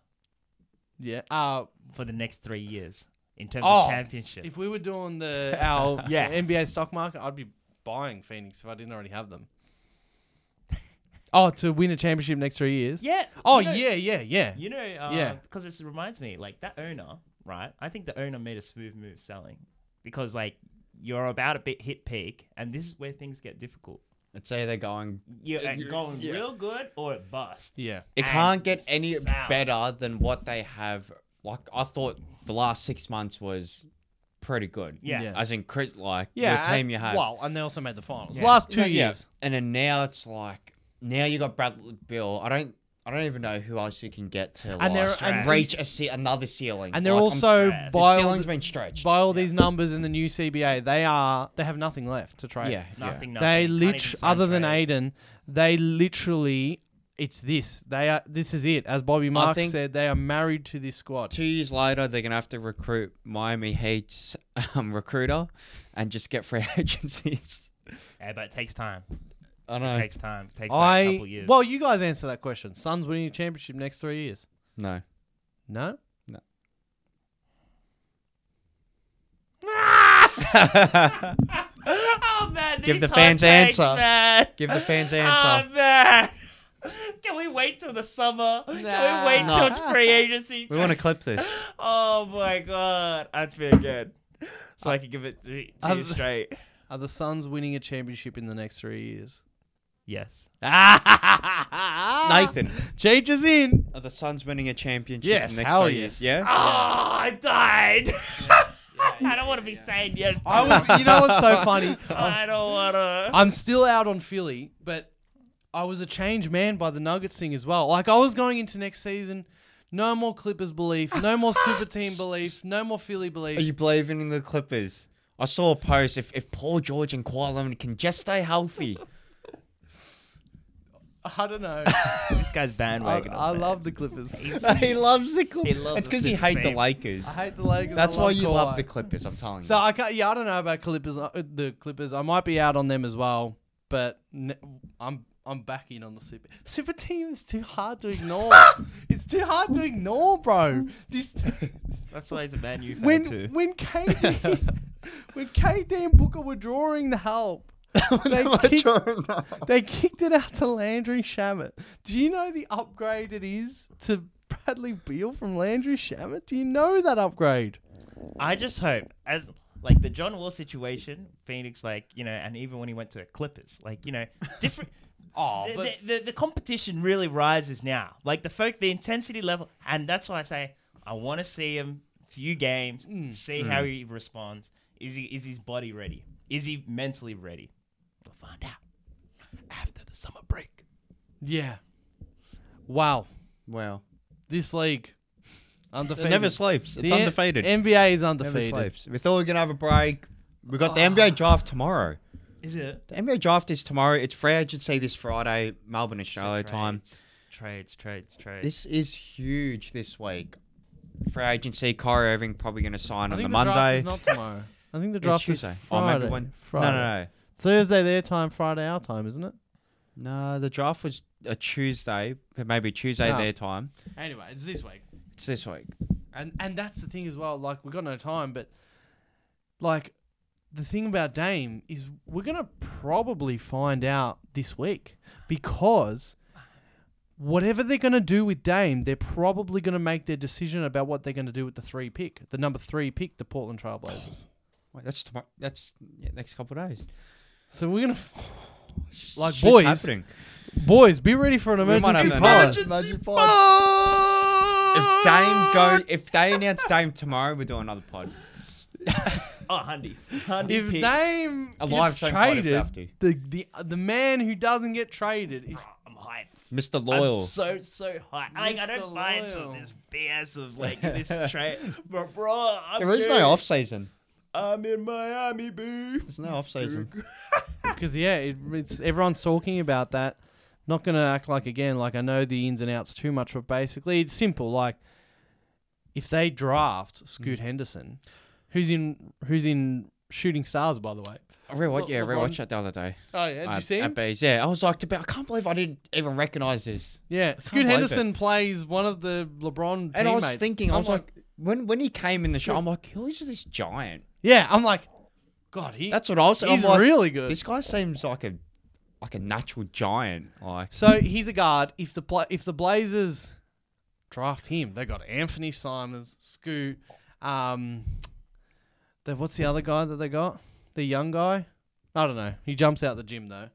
[SPEAKER 1] Yeah. Uh,
[SPEAKER 3] for the next three years in terms
[SPEAKER 1] Oh,
[SPEAKER 3] of championship.
[SPEAKER 1] if we were doing the our
[SPEAKER 3] Yeah.
[SPEAKER 1] NBA stock market, I'd be buying Phoenix if I didn't already have them. oh, to win a championship next three years.
[SPEAKER 3] yeah.
[SPEAKER 1] Oh
[SPEAKER 3] you know-
[SPEAKER 1] yeah, yeah, yeah.
[SPEAKER 3] You know, uh,
[SPEAKER 1] Yeah.
[SPEAKER 3] Because this reminds me, like that owner, right? I think the owner made a smooth move selling because, like, you're about a bit hit peak, and this is where things get difficult.
[SPEAKER 2] Let's say they're going.
[SPEAKER 3] You're
[SPEAKER 2] Yeah,
[SPEAKER 3] uh,
[SPEAKER 2] you-
[SPEAKER 3] going
[SPEAKER 2] yeah.
[SPEAKER 3] real good or it bust.
[SPEAKER 1] yeah.
[SPEAKER 2] It
[SPEAKER 3] And
[SPEAKER 2] can't get any
[SPEAKER 3] sound.
[SPEAKER 2] better than what they have. Like I thought, the last six months was pretty good.
[SPEAKER 3] Yeah.
[SPEAKER 1] Yeah.
[SPEAKER 2] As in, cri- like
[SPEAKER 1] Yeah.
[SPEAKER 2] the team
[SPEAKER 1] and-
[SPEAKER 2] you have.
[SPEAKER 1] Well, and they also made the finals.
[SPEAKER 3] Yeah.
[SPEAKER 1] Last two
[SPEAKER 2] No, yeah.
[SPEAKER 1] years.
[SPEAKER 2] And then now it's like now you got Brad Bill. I don't. I don't even know who else you can get to
[SPEAKER 1] And they're-
[SPEAKER 2] like,
[SPEAKER 3] and-
[SPEAKER 2] reach a ce- another ceiling.
[SPEAKER 1] And they're
[SPEAKER 2] Like, I'm-
[SPEAKER 1] also
[SPEAKER 3] stressed. The
[SPEAKER 2] the
[SPEAKER 1] by all,
[SPEAKER 2] ceiling's been stretched.
[SPEAKER 1] by all these numbers in the new CBA, they are they have nothing left to trade.
[SPEAKER 2] yeah,
[SPEAKER 3] Nothing, nothing.
[SPEAKER 1] They
[SPEAKER 3] Can't even
[SPEAKER 1] lit
[SPEAKER 3] sign
[SPEAKER 1] other than
[SPEAKER 3] trade.
[SPEAKER 1] Aiden, they literally it's this. They are this is it. As Bobby Mark
[SPEAKER 2] think-
[SPEAKER 1] said, they are married to this squad.
[SPEAKER 2] Two years later, they're gonna have to recruit Miami Heat's um, recruiter, and just get free agencies.
[SPEAKER 3] Yeah, but it takes time.
[SPEAKER 2] I don't
[SPEAKER 3] It
[SPEAKER 2] know.
[SPEAKER 3] takes time. It takes like, a couple
[SPEAKER 1] Uh, I
[SPEAKER 3] years.
[SPEAKER 1] well, you guys answer that question. Suns winning a championship next three years.
[SPEAKER 2] no.
[SPEAKER 1] No,
[SPEAKER 3] oh man,
[SPEAKER 2] Give
[SPEAKER 3] these
[SPEAKER 2] the
[SPEAKER 3] hot
[SPEAKER 2] fans
[SPEAKER 3] takes,
[SPEAKER 2] answer.
[SPEAKER 3] Man.
[SPEAKER 2] Give the fans answer.
[SPEAKER 3] Oh man. Can we wait till the summer? Can we wait
[SPEAKER 2] Nah.
[SPEAKER 3] till free agency?
[SPEAKER 2] we want to clip this.
[SPEAKER 3] Oh my god, that's very good. So I can give it to, to
[SPEAKER 1] Other-
[SPEAKER 3] you straight.
[SPEAKER 1] are the Suns winning a championship in the next three years?
[SPEAKER 3] Yes.
[SPEAKER 1] Nathan
[SPEAKER 2] Nathan,
[SPEAKER 1] changes in.
[SPEAKER 2] are the Suns winning a championship?
[SPEAKER 1] Yes,
[SPEAKER 2] in the next
[SPEAKER 1] hell
[SPEAKER 2] three
[SPEAKER 1] yes.
[SPEAKER 2] years? Yeah.
[SPEAKER 3] Oh, I died. I don't want to be saying yes. To
[SPEAKER 1] I was, you know what's so funny?
[SPEAKER 3] I don't want to.
[SPEAKER 1] I'm still out on Philly, but I was a changed man by the Nuggets thing as well. Like I was going into next season, no more Clippers belief, no more super team belief, no more Philly belief.
[SPEAKER 2] Are you believing in the Clippers? I saw a post if, if Paul George and Kawhi Leonard can just stay healthy.
[SPEAKER 1] I don't know.
[SPEAKER 3] This guy's
[SPEAKER 1] I,
[SPEAKER 3] bandwagon.
[SPEAKER 1] I love the Clippers.
[SPEAKER 2] he loves the Clippers.
[SPEAKER 3] He loves
[SPEAKER 2] That's
[SPEAKER 3] the
[SPEAKER 2] because he
[SPEAKER 3] Super
[SPEAKER 2] hates the
[SPEAKER 3] Team.
[SPEAKER 2] Lakers.
[SPEAKER 1] I hate the Lakers.
[SPEAKER 2] That's
[SPEAKER 1] I
[SPEAKER 2] why you love
[SPEAKER 1] Kawhi.
[SPEAKER 2] the Clippers. I'm telling
[SPEAKER 1] So
[SPEAKER 2] you.
[SPEAKER 1] I can't. Yeah, I don't know about Clippers. uh, The Clippers. I might be out on them as well, but n- I'm I'm back in on the super super team. is too hard to ignore. it's too hard to ignore, bro. This
[SPEAKER 3] That's why he's a Man U fan
[SPEAKER 1] when
[SPEAKER 3] too.
[SPEAKER 1] when KD when KD and Booker were drawing the help, they kicked, they kicked it out to Landry Shamet. Do you know the upgrade it is to Bradley Beal from Landry Shamet? Do you know that upgrade?
[SPEAKER 3] I just hope as like the John Wall situation, Phoenix, like you know, and even when he went to the Clippers, like you know, different.
[SPEAKER 1] Oh,
[SPEAKER 3] the, the, the, the competition really rises now. Like the folk, the intensity level, and that's why I say I want to see him few games, see how he responds. Is he is his body ready? Is he mentally ready? We'll find out after the summer break.
[SPEAKER 1] yeah. Wow.
[SPEAKER 2] wow.
[SPEAKER 1] this league. Undefeated.
[SPEAKER 2] It never sleeps. It's
[SPEAKER 1] The N-
[SPEAKER 2] undefeated.
[SPEAKER 1] NBA is
[SPEAKER 2] never
[SPEAKER 1] undefeated.
[SPEAKER 2] sleeps. Ah. We thought we were gonna have a break. We got the NBA draft tomorrow.
[SPEAKER 3] Is it
[SPEAKER 2] The NBA draft is tomorrow. It's free agency this Friday, Melbourne, Australia time.
[SPEAKER 3] Trades, trades, trades.
[SPEAKER 2] This is huge this week. Free agency. Kyrie Irving probably gonna sign
[SPEAKER 1] I think
[SPEAKER 2] on the,
[SPEAKER 1] the
[SPEAKER 2] Monday.
[SPEAKER 1] draft is not tomorrow. I think the
[SPEAKER 2] Yeah,
[SPEAKER 1] draft is
[SPEAKER 2] Tuesday.
[SPEAKER 1] Friday.
[SPEAKER 2] Oh, maybe one.
[SPEAKER 1] Friday.
[SPEAKER 2] No, no, no.
[SPEAKER 1] Thursday their time, Friday our time, isn't it?
[SPEAKER 2] No, the draft was a Tuesday, but maybe Tuesday
[SPEAKER 1] No.
[SPEAKER 2] their time.
[SPEAKER 1] Anyway, it's this week,
[SPEAKER 2] It's this week.
[SPEAKER 1] and and that's the thing as well. Like we got no time, but like the thing about Dame is we're gonna probably find out this week because whatever they're gonna do with Dame, they're probably gonna make their decision about what they're gonna do with the three pick, the number three pick, the Portland Trailblazers.
[SPEAKER 2] Wait, that's tomorrow. That's yeah, next couple of days.
[SPEAKER 1] So we're gonna, like
[SPEAKER 2] Shit's
[SPEAKER 1] boys,
[SPEAKER 2] happening.
[SPEAKER 1] boys, be ready for an
[SPEAKER 2] We might
[SPEAKER 1] emergency
[SPEAKER 2] have
[SPEAKER 1] pod.
[SPEAKER 2] an emergency If Dame go, if they announce Dame tomorrow, we do another pod.
[SPEAKER 3] Oh, Hundy. Hundy.
[SPEAKER 1] If
[SPEAKER 2] pick
[SPEAKER 1] Dame
[SPEAKER 2] a live
[SPEAKER 1] gets
[SPEAKER 2] shame quite a
[SPEAKER 1] traded,
[SPEAKER 2] fifty.
[SPEAKER 1] the, the the man who doesn't get traded, is-
[SPEAKER 3] I'm hyped.
[SPEAKER 2] Mr.
[SPEAKER 3] I'm
[SPEAKER 2] Loyal.
[SPEAKER 3] so so high. Like I don't
[SPEAKER 1] Mr.
[SPEAKER 3] buy into
[SPEAKER 1] Loyal.
[SPEAKER 3] this BS of like this trade, but bro, I'm
[SPEAKER 2] There is
[SPEAKER 3] good.
[SPEAKER 2] no off season.
[SPEAKER 3] I'm in Miami, boo.
[SPEAKER 2] There's no off season.
[SPEAKER 1] because yeah, it, it's everyone's talking about that. Not gonna act like again, like I know the ins and outs too much, but basically it's simple. Like if they draft
[SPEAKER 2] Mm.
[SPEAKER 1] Scoot Henderson, who's in who's in Shooting Stars, by the way.
[SPEAKER 2] I rewatched,
[SPEAKER 1] Le-
[SPEAKER 2] yeah, I
[SPEAKER 1] LeBron-
[SPEAKER 2] rewatched that the other day.
[SPEAKER 1] Oh yeah, did
[SPEAKER 2] I-
[SPEAKER 1] you see
[SPEAKER 2] At
[SPEAKER 1] him?
[SPEAKER 2] Bayes, yeah. I was like, I can't believe I didn't even recognize this.
[SPEAKER 1] Yeah, Scoot
[SPEAKER 2] believe
[SPEAKER 1] Henderson plays one of the LeBron teammates.
[SPEAKER 2] And I was thinking, I
[SPEAKER 1] I'm
[SPEAKER 2] was like, when when he came in the show, I'm like, who is this giant?
[SPEAKER 1] yeah, I'm like, God, he
[SPEAKER 2] That's what I was.
[SPEAKER 1] he's
[SPEAKER 2] I'm like,
[SPEAKER 1] really good.
[SPEAKER 2] This guy seems like a like a natural giant. Like
[SPEAKER 1] So he's a guard. If the Bla- if the Blazers draft him, they got Anthony Simons, Scoot. Um, the, what's the other guy that they got? The young guy. I don't know. He jumps out the gym though.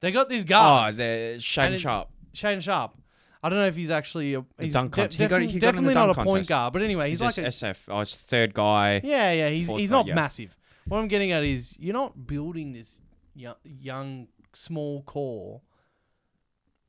[SPEAKER 1] They got these
[SPEAKER 2] oh,
[SPEAKER 1] guards.
[SPEAKER 2] the
[SPEAKER 1] and
[SPEAKER 2] Shane
[SPEAKER 1] it's
[SPEAKER 2] Sharp.
[SPEAKER 1] Shane Sharp. I don't know if he's actually a he's
[SPEAKER 2] dunk
[SPEAKER 1] de-
[SPEAKER 2] contest. He got-
[SPEAKER 1] definitely,
[SPEAKER 2] he got in the
[SPEAKER 1] definitely
[SPEAKER 2] dunk
[SPEAKER 1] not a point
[SPEAKER 2] contest.
[SPEAKER 1] guard, but anyway, he's, like
[SPEAKER 2] He's,
[SPEAKER 1] a,
[SPEAKER 2] SF. Oh, it's third guy.
[SPEAKER 1] yeah, yeah. He's
[SPEAKER 2] Fourth
[SPEAKER 1] he's
[SPEAKER 2] guy,
[SPEAKER 1] not
[SPEAKER 2] yeah.
[SPEAKER 1] massive. What I'm getting at is you're not building this young, young small core,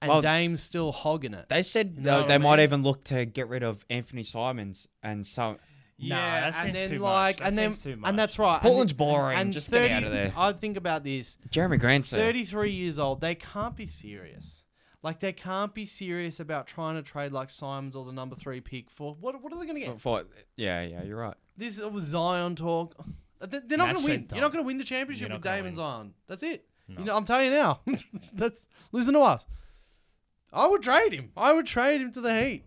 [SPEAKER 1] and
[SPEAKER 2] Well-
[SPEAKER 1] Dame's still hogging it.
[SPEAKER 2] They said
[SPEAKER 1] You know
[SPEAKER 2] they-
[SPEAKER 1] what
[SPEAKER 2] they
[SPEAKER 1] I
[SPEAKER 2] might
[SPEAKER 1] mean?
[SPEAKER 2] even look to get rid of Anthony Simons and some.
[SPEAKER 3] Nah, that
[SPEAKER 1] and
[SPEAKER 3] seems
[SPEAKER 1] then
[SPEAKER 3] too much.
[SPEAKER 1] like,
[SPEAKER 3] That
[SPEAKER 1] and then
[SPEAKER 3] seems too much.
[SPEAKER 1] and that's right. And
[SPEAKER 2] Portland's
[SPEAKER 1] then-
[SPEAKER 2] boring.
[SPEAKER 1] and
[SPEAKER 2] Just get
[SPEAKER 1] 30
[SPEAKER 2] out of there.
[SPEAKER 1] I think about this.
[SPEAKER 2] Jeremy Grant said.
[SPEAKER 1] Thirty-three years old. They can't be serious. Like they can't be serious about trying to trade like Simons or the number three pick for what? What are they going to get?
[SPEAKER 2] For, yeah, yeah, you're right.
[SPEAKER 1] This was Zion talk. They- They're not going
[SPEAKER 3] That's
[SPEAKER 1] to
[SPEAKER 3] so
[SPEAKER 1] win. You're not
[SPEAKER 3] dumb.
[SPEAKER 1] going to win the championship
[SPEAKER 3] You're not
[SPEAKER 1] with
[SPEAKER 3] gonna
[SPEAKER 1] Damon
[SPEAKER 3] win.
[SPEAKER 1] Zion. That's it.
[SPEAKER 3] No.
[SPEAKER 1] You know, I'm telling you now. That's listen to us. I would trade him. I would trade him to the Heat.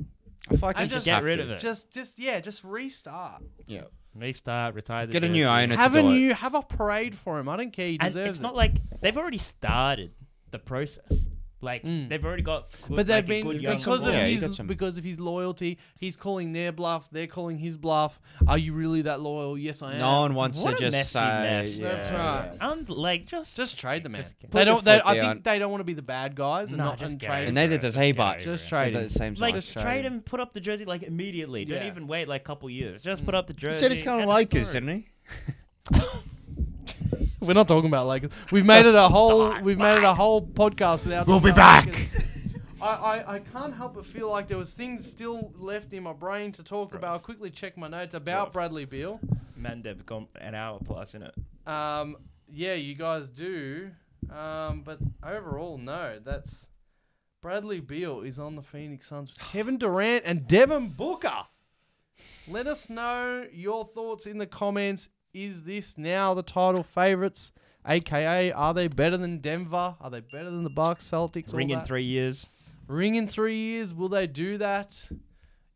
[SPEAKER 2] I feel like
[SPEAKER 1] I
[SPEAKER 2] you just
[SPEAKER 1] just- Get
[SPEAKER 2] have
[SPEAKER 3] rid
[SPEAKER 2] to.
[SPEAKER 3] of it.
[SPEAKER 1] Just, just yeah, just restart.
[SPEAKER 2] Yeah.
[SPEAKER 3] Restart, retire. The
[SPEAKER 2] Get a new
[SPEAKER 3] jersey.
[SPEAKER 2] owner. to
[SPEAKER 1] Have
[SPEAKER 2] do
[SPEAKER 1] a
[SPEAKER 2] it.
[SPEAKER 1] new, have a parade for him. I don't care. He
[SPEAKER 3] And
[SPEAKER 1] deserves
[SPEAKER 3] it's
[SPEAKER 1] it.
[SPEAKER 3] not like they've already started the process. Like
[SPEAKER 1] Mm.
[SPEAKER 3] they've already got. Good,
[SPEAKER 1] but they've
[SPEAKER 3] like, a
[SPEAKER 1] been
[SPEAKER 3] good young
[SPEAKER 1] because
[SPEAKER 2] boy.
[SPEAKER 1] of
[SPEAKER 3] core.
[SPEAKER 2] Yeah, you got
[SPEAKER 1] his
[SPEAKER 2] some-
[SPEAKER 1] because of his loyalty. He's calling their bluff. They're calling his bluff. Are you really that loyal? Yes, I am.
[SPEAKER 2] No one wants
[SPEAKER 3] What a
[SPEAKER 2] to just
[SPEAKER 3] messy
[SPEAKER 2] say.
[SPEAKER 3] mess.
[SPEAKER 2] Yeah,
[SPEAKER 1] That's
[SPEAKER 2] yeah.
[SPEAKER 1] right.
[SPEAKER 3] I'm like just
[SPEAKER 1] just trade the man.
[SPEAKER 3] Just get-
[SPEAKER 1] They
[SPEAKER 2] Put your
[SPEAKER 1] don't. They,
[SPEAKER 2] foot
[SPEAKER 1] I
[SPEAKER 2] down.
[SPEAKER 1] think they don't want to be the bad guys and
[SPEAKER 3] Nah,
[SPEAKER 1] not
[SPEAKER 3] just
[SPEAKER 1] and
[SPEAKER 3] get
[SPEAKER 1] trade.
[SPEAKER 3] over
[SPEAKER 2] And
[SPEAKER 1] him.
[SPEAKER 2] neither
[SPEAKER 3] it.
[SPEAKER 2] does
[SPEAKER 3] Just
[SPEAKER 2] he,
[SPEAKER 3] get
[SPEAKER 2] but-
[SPEAKER 3] over
[SPEAKER 1] just
[SPEAKER 3] it.
[SPEAKER 2] Yeah,
[SPEAKER 1] trade. him.
[SPEAKER 2] that seems
[SPEAKER 3] Like
[SPEAKER 2] nice.
[SPEAKER 1] Just trade
[SPEAKER 3] trade
[SPEAKER 1] him.
[SPEAKER 3] him, put up the jersey like immediately. Don't
[SPEAKER 1] Yeah.
[SPEAKER 3] even wait like a couple years. Just put up the
[SPEAKER 2] He
[SPEAKER 3] jersey.
[SPEAKER 2] Mm. said it's going
[SPEAKER 3] end
[SPEAKER 2] to
[SPEAKER 3] of
[SPEAKER 2] Lakers,
[SPEAKER 3] story.
[SPEAKER 2] didn't he?
[SPEAKER 1] We're not talking about Lakers. We've made it a whole.
[SPEAKER 3] Dark
[SPEAKER 1] We've made it a
[SPEAKER 3] Knights.
[SPEAKER 1] whole podcast without.
[SPEAKER 2] We'll
[SPEAKER 1] talking
[SPEAKER 2] be
[SPEAKER 1] about
[SPEAKER 2] back.
[SPEAKER 1] Lakers. I, I, I can't help but feel like there was things still left in my brain to talk about. I quickly check my notes about
[SPEAKER 3] Rough.
[SPEAKER 1] Bradley Beal.
[SPEAKER 3] Man, they've gone an hour plus in it.
[SPEAKER 1] Um, yeah, you guys do. Um, but overall, no. That's Bradley Beal is on the Phoenix Suns with Kevin Durant and Devin Booker. Let us know your thoughts in the comments. Is this now the title favorites? AKA, are they better than Denver? Are they better than the Bucks, Celtics? all
[SPEAKER 3] Ring in
[SPEAKER 1] that?
[SPEAKER 3] three years.
[SPEAKER 1] Ring in three years. Will they do that?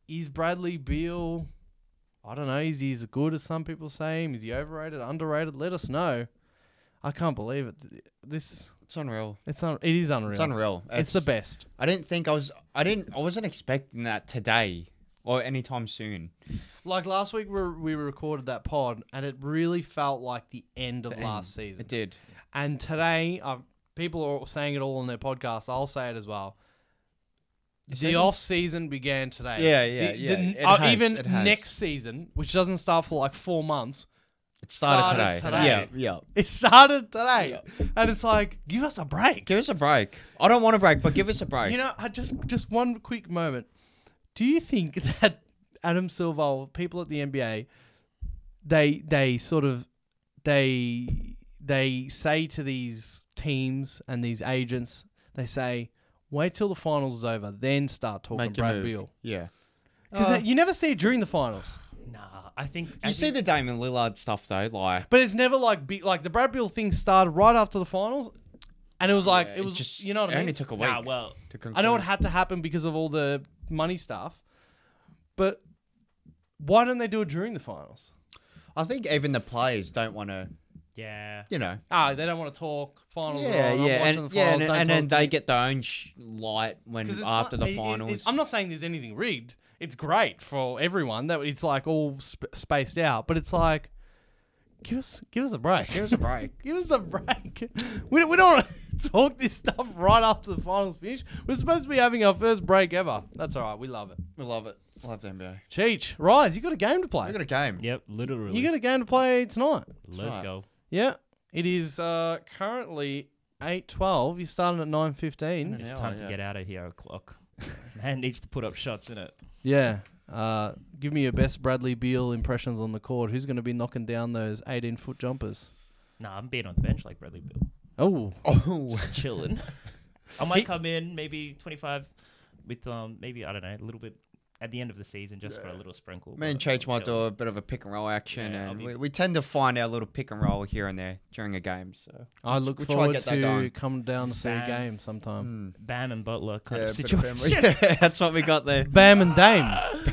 [SPEAKER 1] Is Bradley Beal? I don't know. Is he as good as some people say him? Is he overrated, underrated? Let us know. I can't believe it. This
[SPEAKER 2] It's unreal.
[SPEAKER 1] it's un, it is unreal.
[SPEAKER 2] It's unreal.
[SPEAKER 1] It's the best.
[SPEAKER 2] I didn't think I was. I didn't. I wasn't expecting that today or anytime soon.
[SPEAKER 1] Like last week, we, we recorded that pod, and it really felt like the end of
[SPEAKER 2] The
[SPEAKER 1] last season.
[SPEAKER 2] It did.
[SPEAKER 1] And today, i people are saying it all on their podcast. I'll say it as well. The
[SPEAKER 2] season's-
[SPEAKER 1] off season began today.
[SPEAKER 2] Yeah, yeah,
[SPEAKER 1] The-
[SPEAKER 2] yeah.
[SPEAKER 1] the-
[SPEAKER 2] It
[SPEAKER 1] uh,
[SPEAKER 2] has,
[SPEAKER 1] even
[SPEAKER 2] it has.
[SPEAKER 1] next season, which doesn't start for like four months,
[SPEAKER 2] It started,
[SPEAKER 1] Started
[SPEAKER 2] today.
[SPEAKER 1] today.
[SPEAKER 2] Yeah, yeah.
[SPEAKER 1] it started today, and it's like, give us a break.
[SPEAKER 2] Give us a break. I don't want a break, but give us a break.
[SPEAKER 1] You know, I just just one quick moment. Do you think that Adam Silver, or people at the NBA, they they sort of they they say to these teams and these agents, they say, wait till the finals is over, then start talking
[SPEAKER 2] make your
[SPEAKER 1] Brad
[SPEAKER 2] move.
[SPEAKER 1] Beal.
[SPEAKER 2] Yeah.
[SPEAKER 1] Because
[SPEAKER 2] Uh,
[SPEAKER 1] you never see it during the finals.
[SPEAKER 3] Nah, I think
[SPEAKER 2] You see the Damon Lillard stuff though, like
[SPEAKER 1] But it's never like be, like the Brad Beal thing started right after the finals, and it was like
[SPEAKER 2] Yeah,
[SPEAKER 1] it was just you know what
[SPEAKER 2] it
[SPEAKER 1] I mean.
[SPEAKER 2] Only took a week.
[SPEAKER 3] Nah, well,
[SPEAKER 2] to
[SPEAKER 1] I know it
[SPEAKER 2] conclude.
[SPEAKER 1] had to happen because of all the money stuff, but why don't they do it during the finals?
[SPEAKER 2] I think even the players don't want to.
[SPEAKER 3] yeah.
[SPEAKER 2] You know.
[SPEAKER 1] Ah, they don't want to talk finals. on,
[SPEAKER 2] Yeah,
[SPEAKER 1] Oh, I'm
[SPEAKER 2] yeah,
[SPEAKER 1] watching
[SPEAKER 2] and,
[SPEAKER 1] the
[SPEAKER 2] yeah,
[SPEAKER 1] finals,
[SPEAKER 2] and,
[SPEAKER 1] don't
[SPEAKER 2] and
[SPEAKER 1] talk
[SPEAKER 2] then
[SPEAKER 1] to
[SPEAKER 2] they
[SPEAKER 1] me.
[SPEAKER 2] get their own sh- light
[SPEAKER 1] 'Cause
[SPEAKER 2] when
[SPEAKER 1] it's
[SPEAKER 2] after
[SPEAKER 1] not- it-
[SPEAKER 2] the
[SPEAKER 1] it-
[SPEAKER 2] finals.
[SPEAKER 1] it- I'm not saying there's anything rigged. It's great for everyone that it's like all sp- spaced out, but it's like give us give us a break.
[SPEAKER 2] Give us a break.
[SPEAKER 1] Give us a break. We, we don't want to talk this stuff right after the finals finish. We're supposed to be having our first break ever. That's all right. We love it.
[SPEAKER 2] we love it. Love the NBA.
[SPEAKER 1] Cheech, rise! You got a game to
[SPEAKER 2] I
[SPEAKER 1] play.
[SPEAKER 2] got a game.
[SPEAKER 3] Yep, literally.
[SPEAKER 1] You got a game to play tonight.
[SPEAKER 3] Let's
[SPEAKER 2] Right.
[SPEAKER 3] go.
[SPEAKER 1] Yeah, it is uh, currently eight twelve. You're starting at nine fifteen.
[SPEAKER 3] It's
[SPEAKER 2] Yeah,
[SPEAKER 3] time
[SPEAKER 2] yeah.
[SPEAKER 3] to get out of here. O'clock. Man needs to put up shots in it.
[SPEAKER 1] Yeah. Uh, give me your best Bradley Beal impressions on the court. Who's going to be knocking down those eighteen foot jumpers?
[SPEAKER 3] Nah, I'm being on the bench like Bradley Bill,
[SPEAKER 1] Oh,
[SPEAKER 2] Oh,
[SPEAKER 3] chilling. I might come in maybe 25 with um maybe I don't know a little bit at the end of the season just for a little sprinkle.
[SPEAKER 2] me and
[SPEAKER 3] but I'm
[SPEAKER 2] Chage might do
[SPEAKER 3] chilling.
[SPEAKER 2] a bit of a pick and roll action,
[SPEAKER 3] Yeah, I'll
[SPEAKER 2] and
[SPEAKER 3] be-
[SPEAKER 2] we, we tend to find our little pick and roll here and there during a game. So
[SPEAKER 1] I look
[SPEAKER 2] We'll try and
[SPEAKER 1] forward
[SPEAKER 2] get that
[SPEAKER 1] to
[SPEAKER 2] going.
[SPEAKER 1] coming down to see a
[SPEAKER 3] Bam.
[SPEAKER 1] game sometime.
[SPEAKER 2] Mm.
[SPEAKER 3] Bam and Butler kind
[SPEAKER 2] Yeah,
[SPEAKER 3] of
[SPEAKER 2] a bit of
[SPEAKER 3] situation.
[SPEAKER 2] Bam- yeah, that's what we got there.
[SPEAKER 1] Bam and Dame.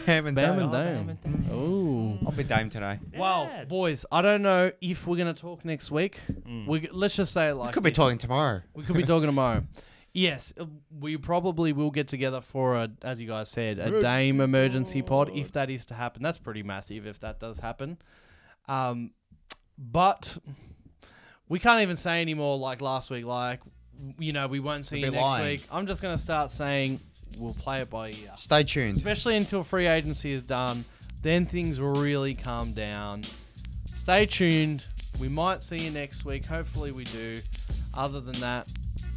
[SPEAKER 2] Bam and
[SPEAKER 1] Bam and Dame.
[SPEAKER 2] Ah, Dame.
[SPEAKER 3] Oh, Bam and Dame.
[SPEAKER 1] Oh.
[SPEAKER 2] I'll be Dame today.
[SPEAKER 1] Wow,
[SPEAKER 3] Yeah.
[SPEAKER 1] boys, I don't know if we're going to talk next week.
[SPEAKER 3] Mm.
[SPEAKER 1] We let's just say it like
[SPEAKER 2] Hmm. Could be
[SPEAKER 1] this.
[SPEAKER 2] talking tomorrow.
[SPEAKER 1] We could be talking tomorrow. Yes, uh, we probably will get together for a, as you guys said, a Dame emergency pod if that is to happen. That's pretty massive if that does happen. Um, but we can't even say anymore like last week. Like you know, we won't see
[SPEAKER 2] We'd
[SPEAKER 1] you
[SPEAKER 2] be
[SPEAKER 1] next
[SPEAKER 2] lying.
[SPEAKER 1] week. I'm just gonna start saying we'll play it by ear
[SPEAKER 2] Stay tuned.
[SPEAKER 1] especially until free agency is done. Then things will really calm down. Stay tuned. We might see you next week. Hopefully, we do. Other than that,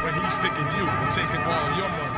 [SPEAKER 4] when he's sticking you and taking all your money.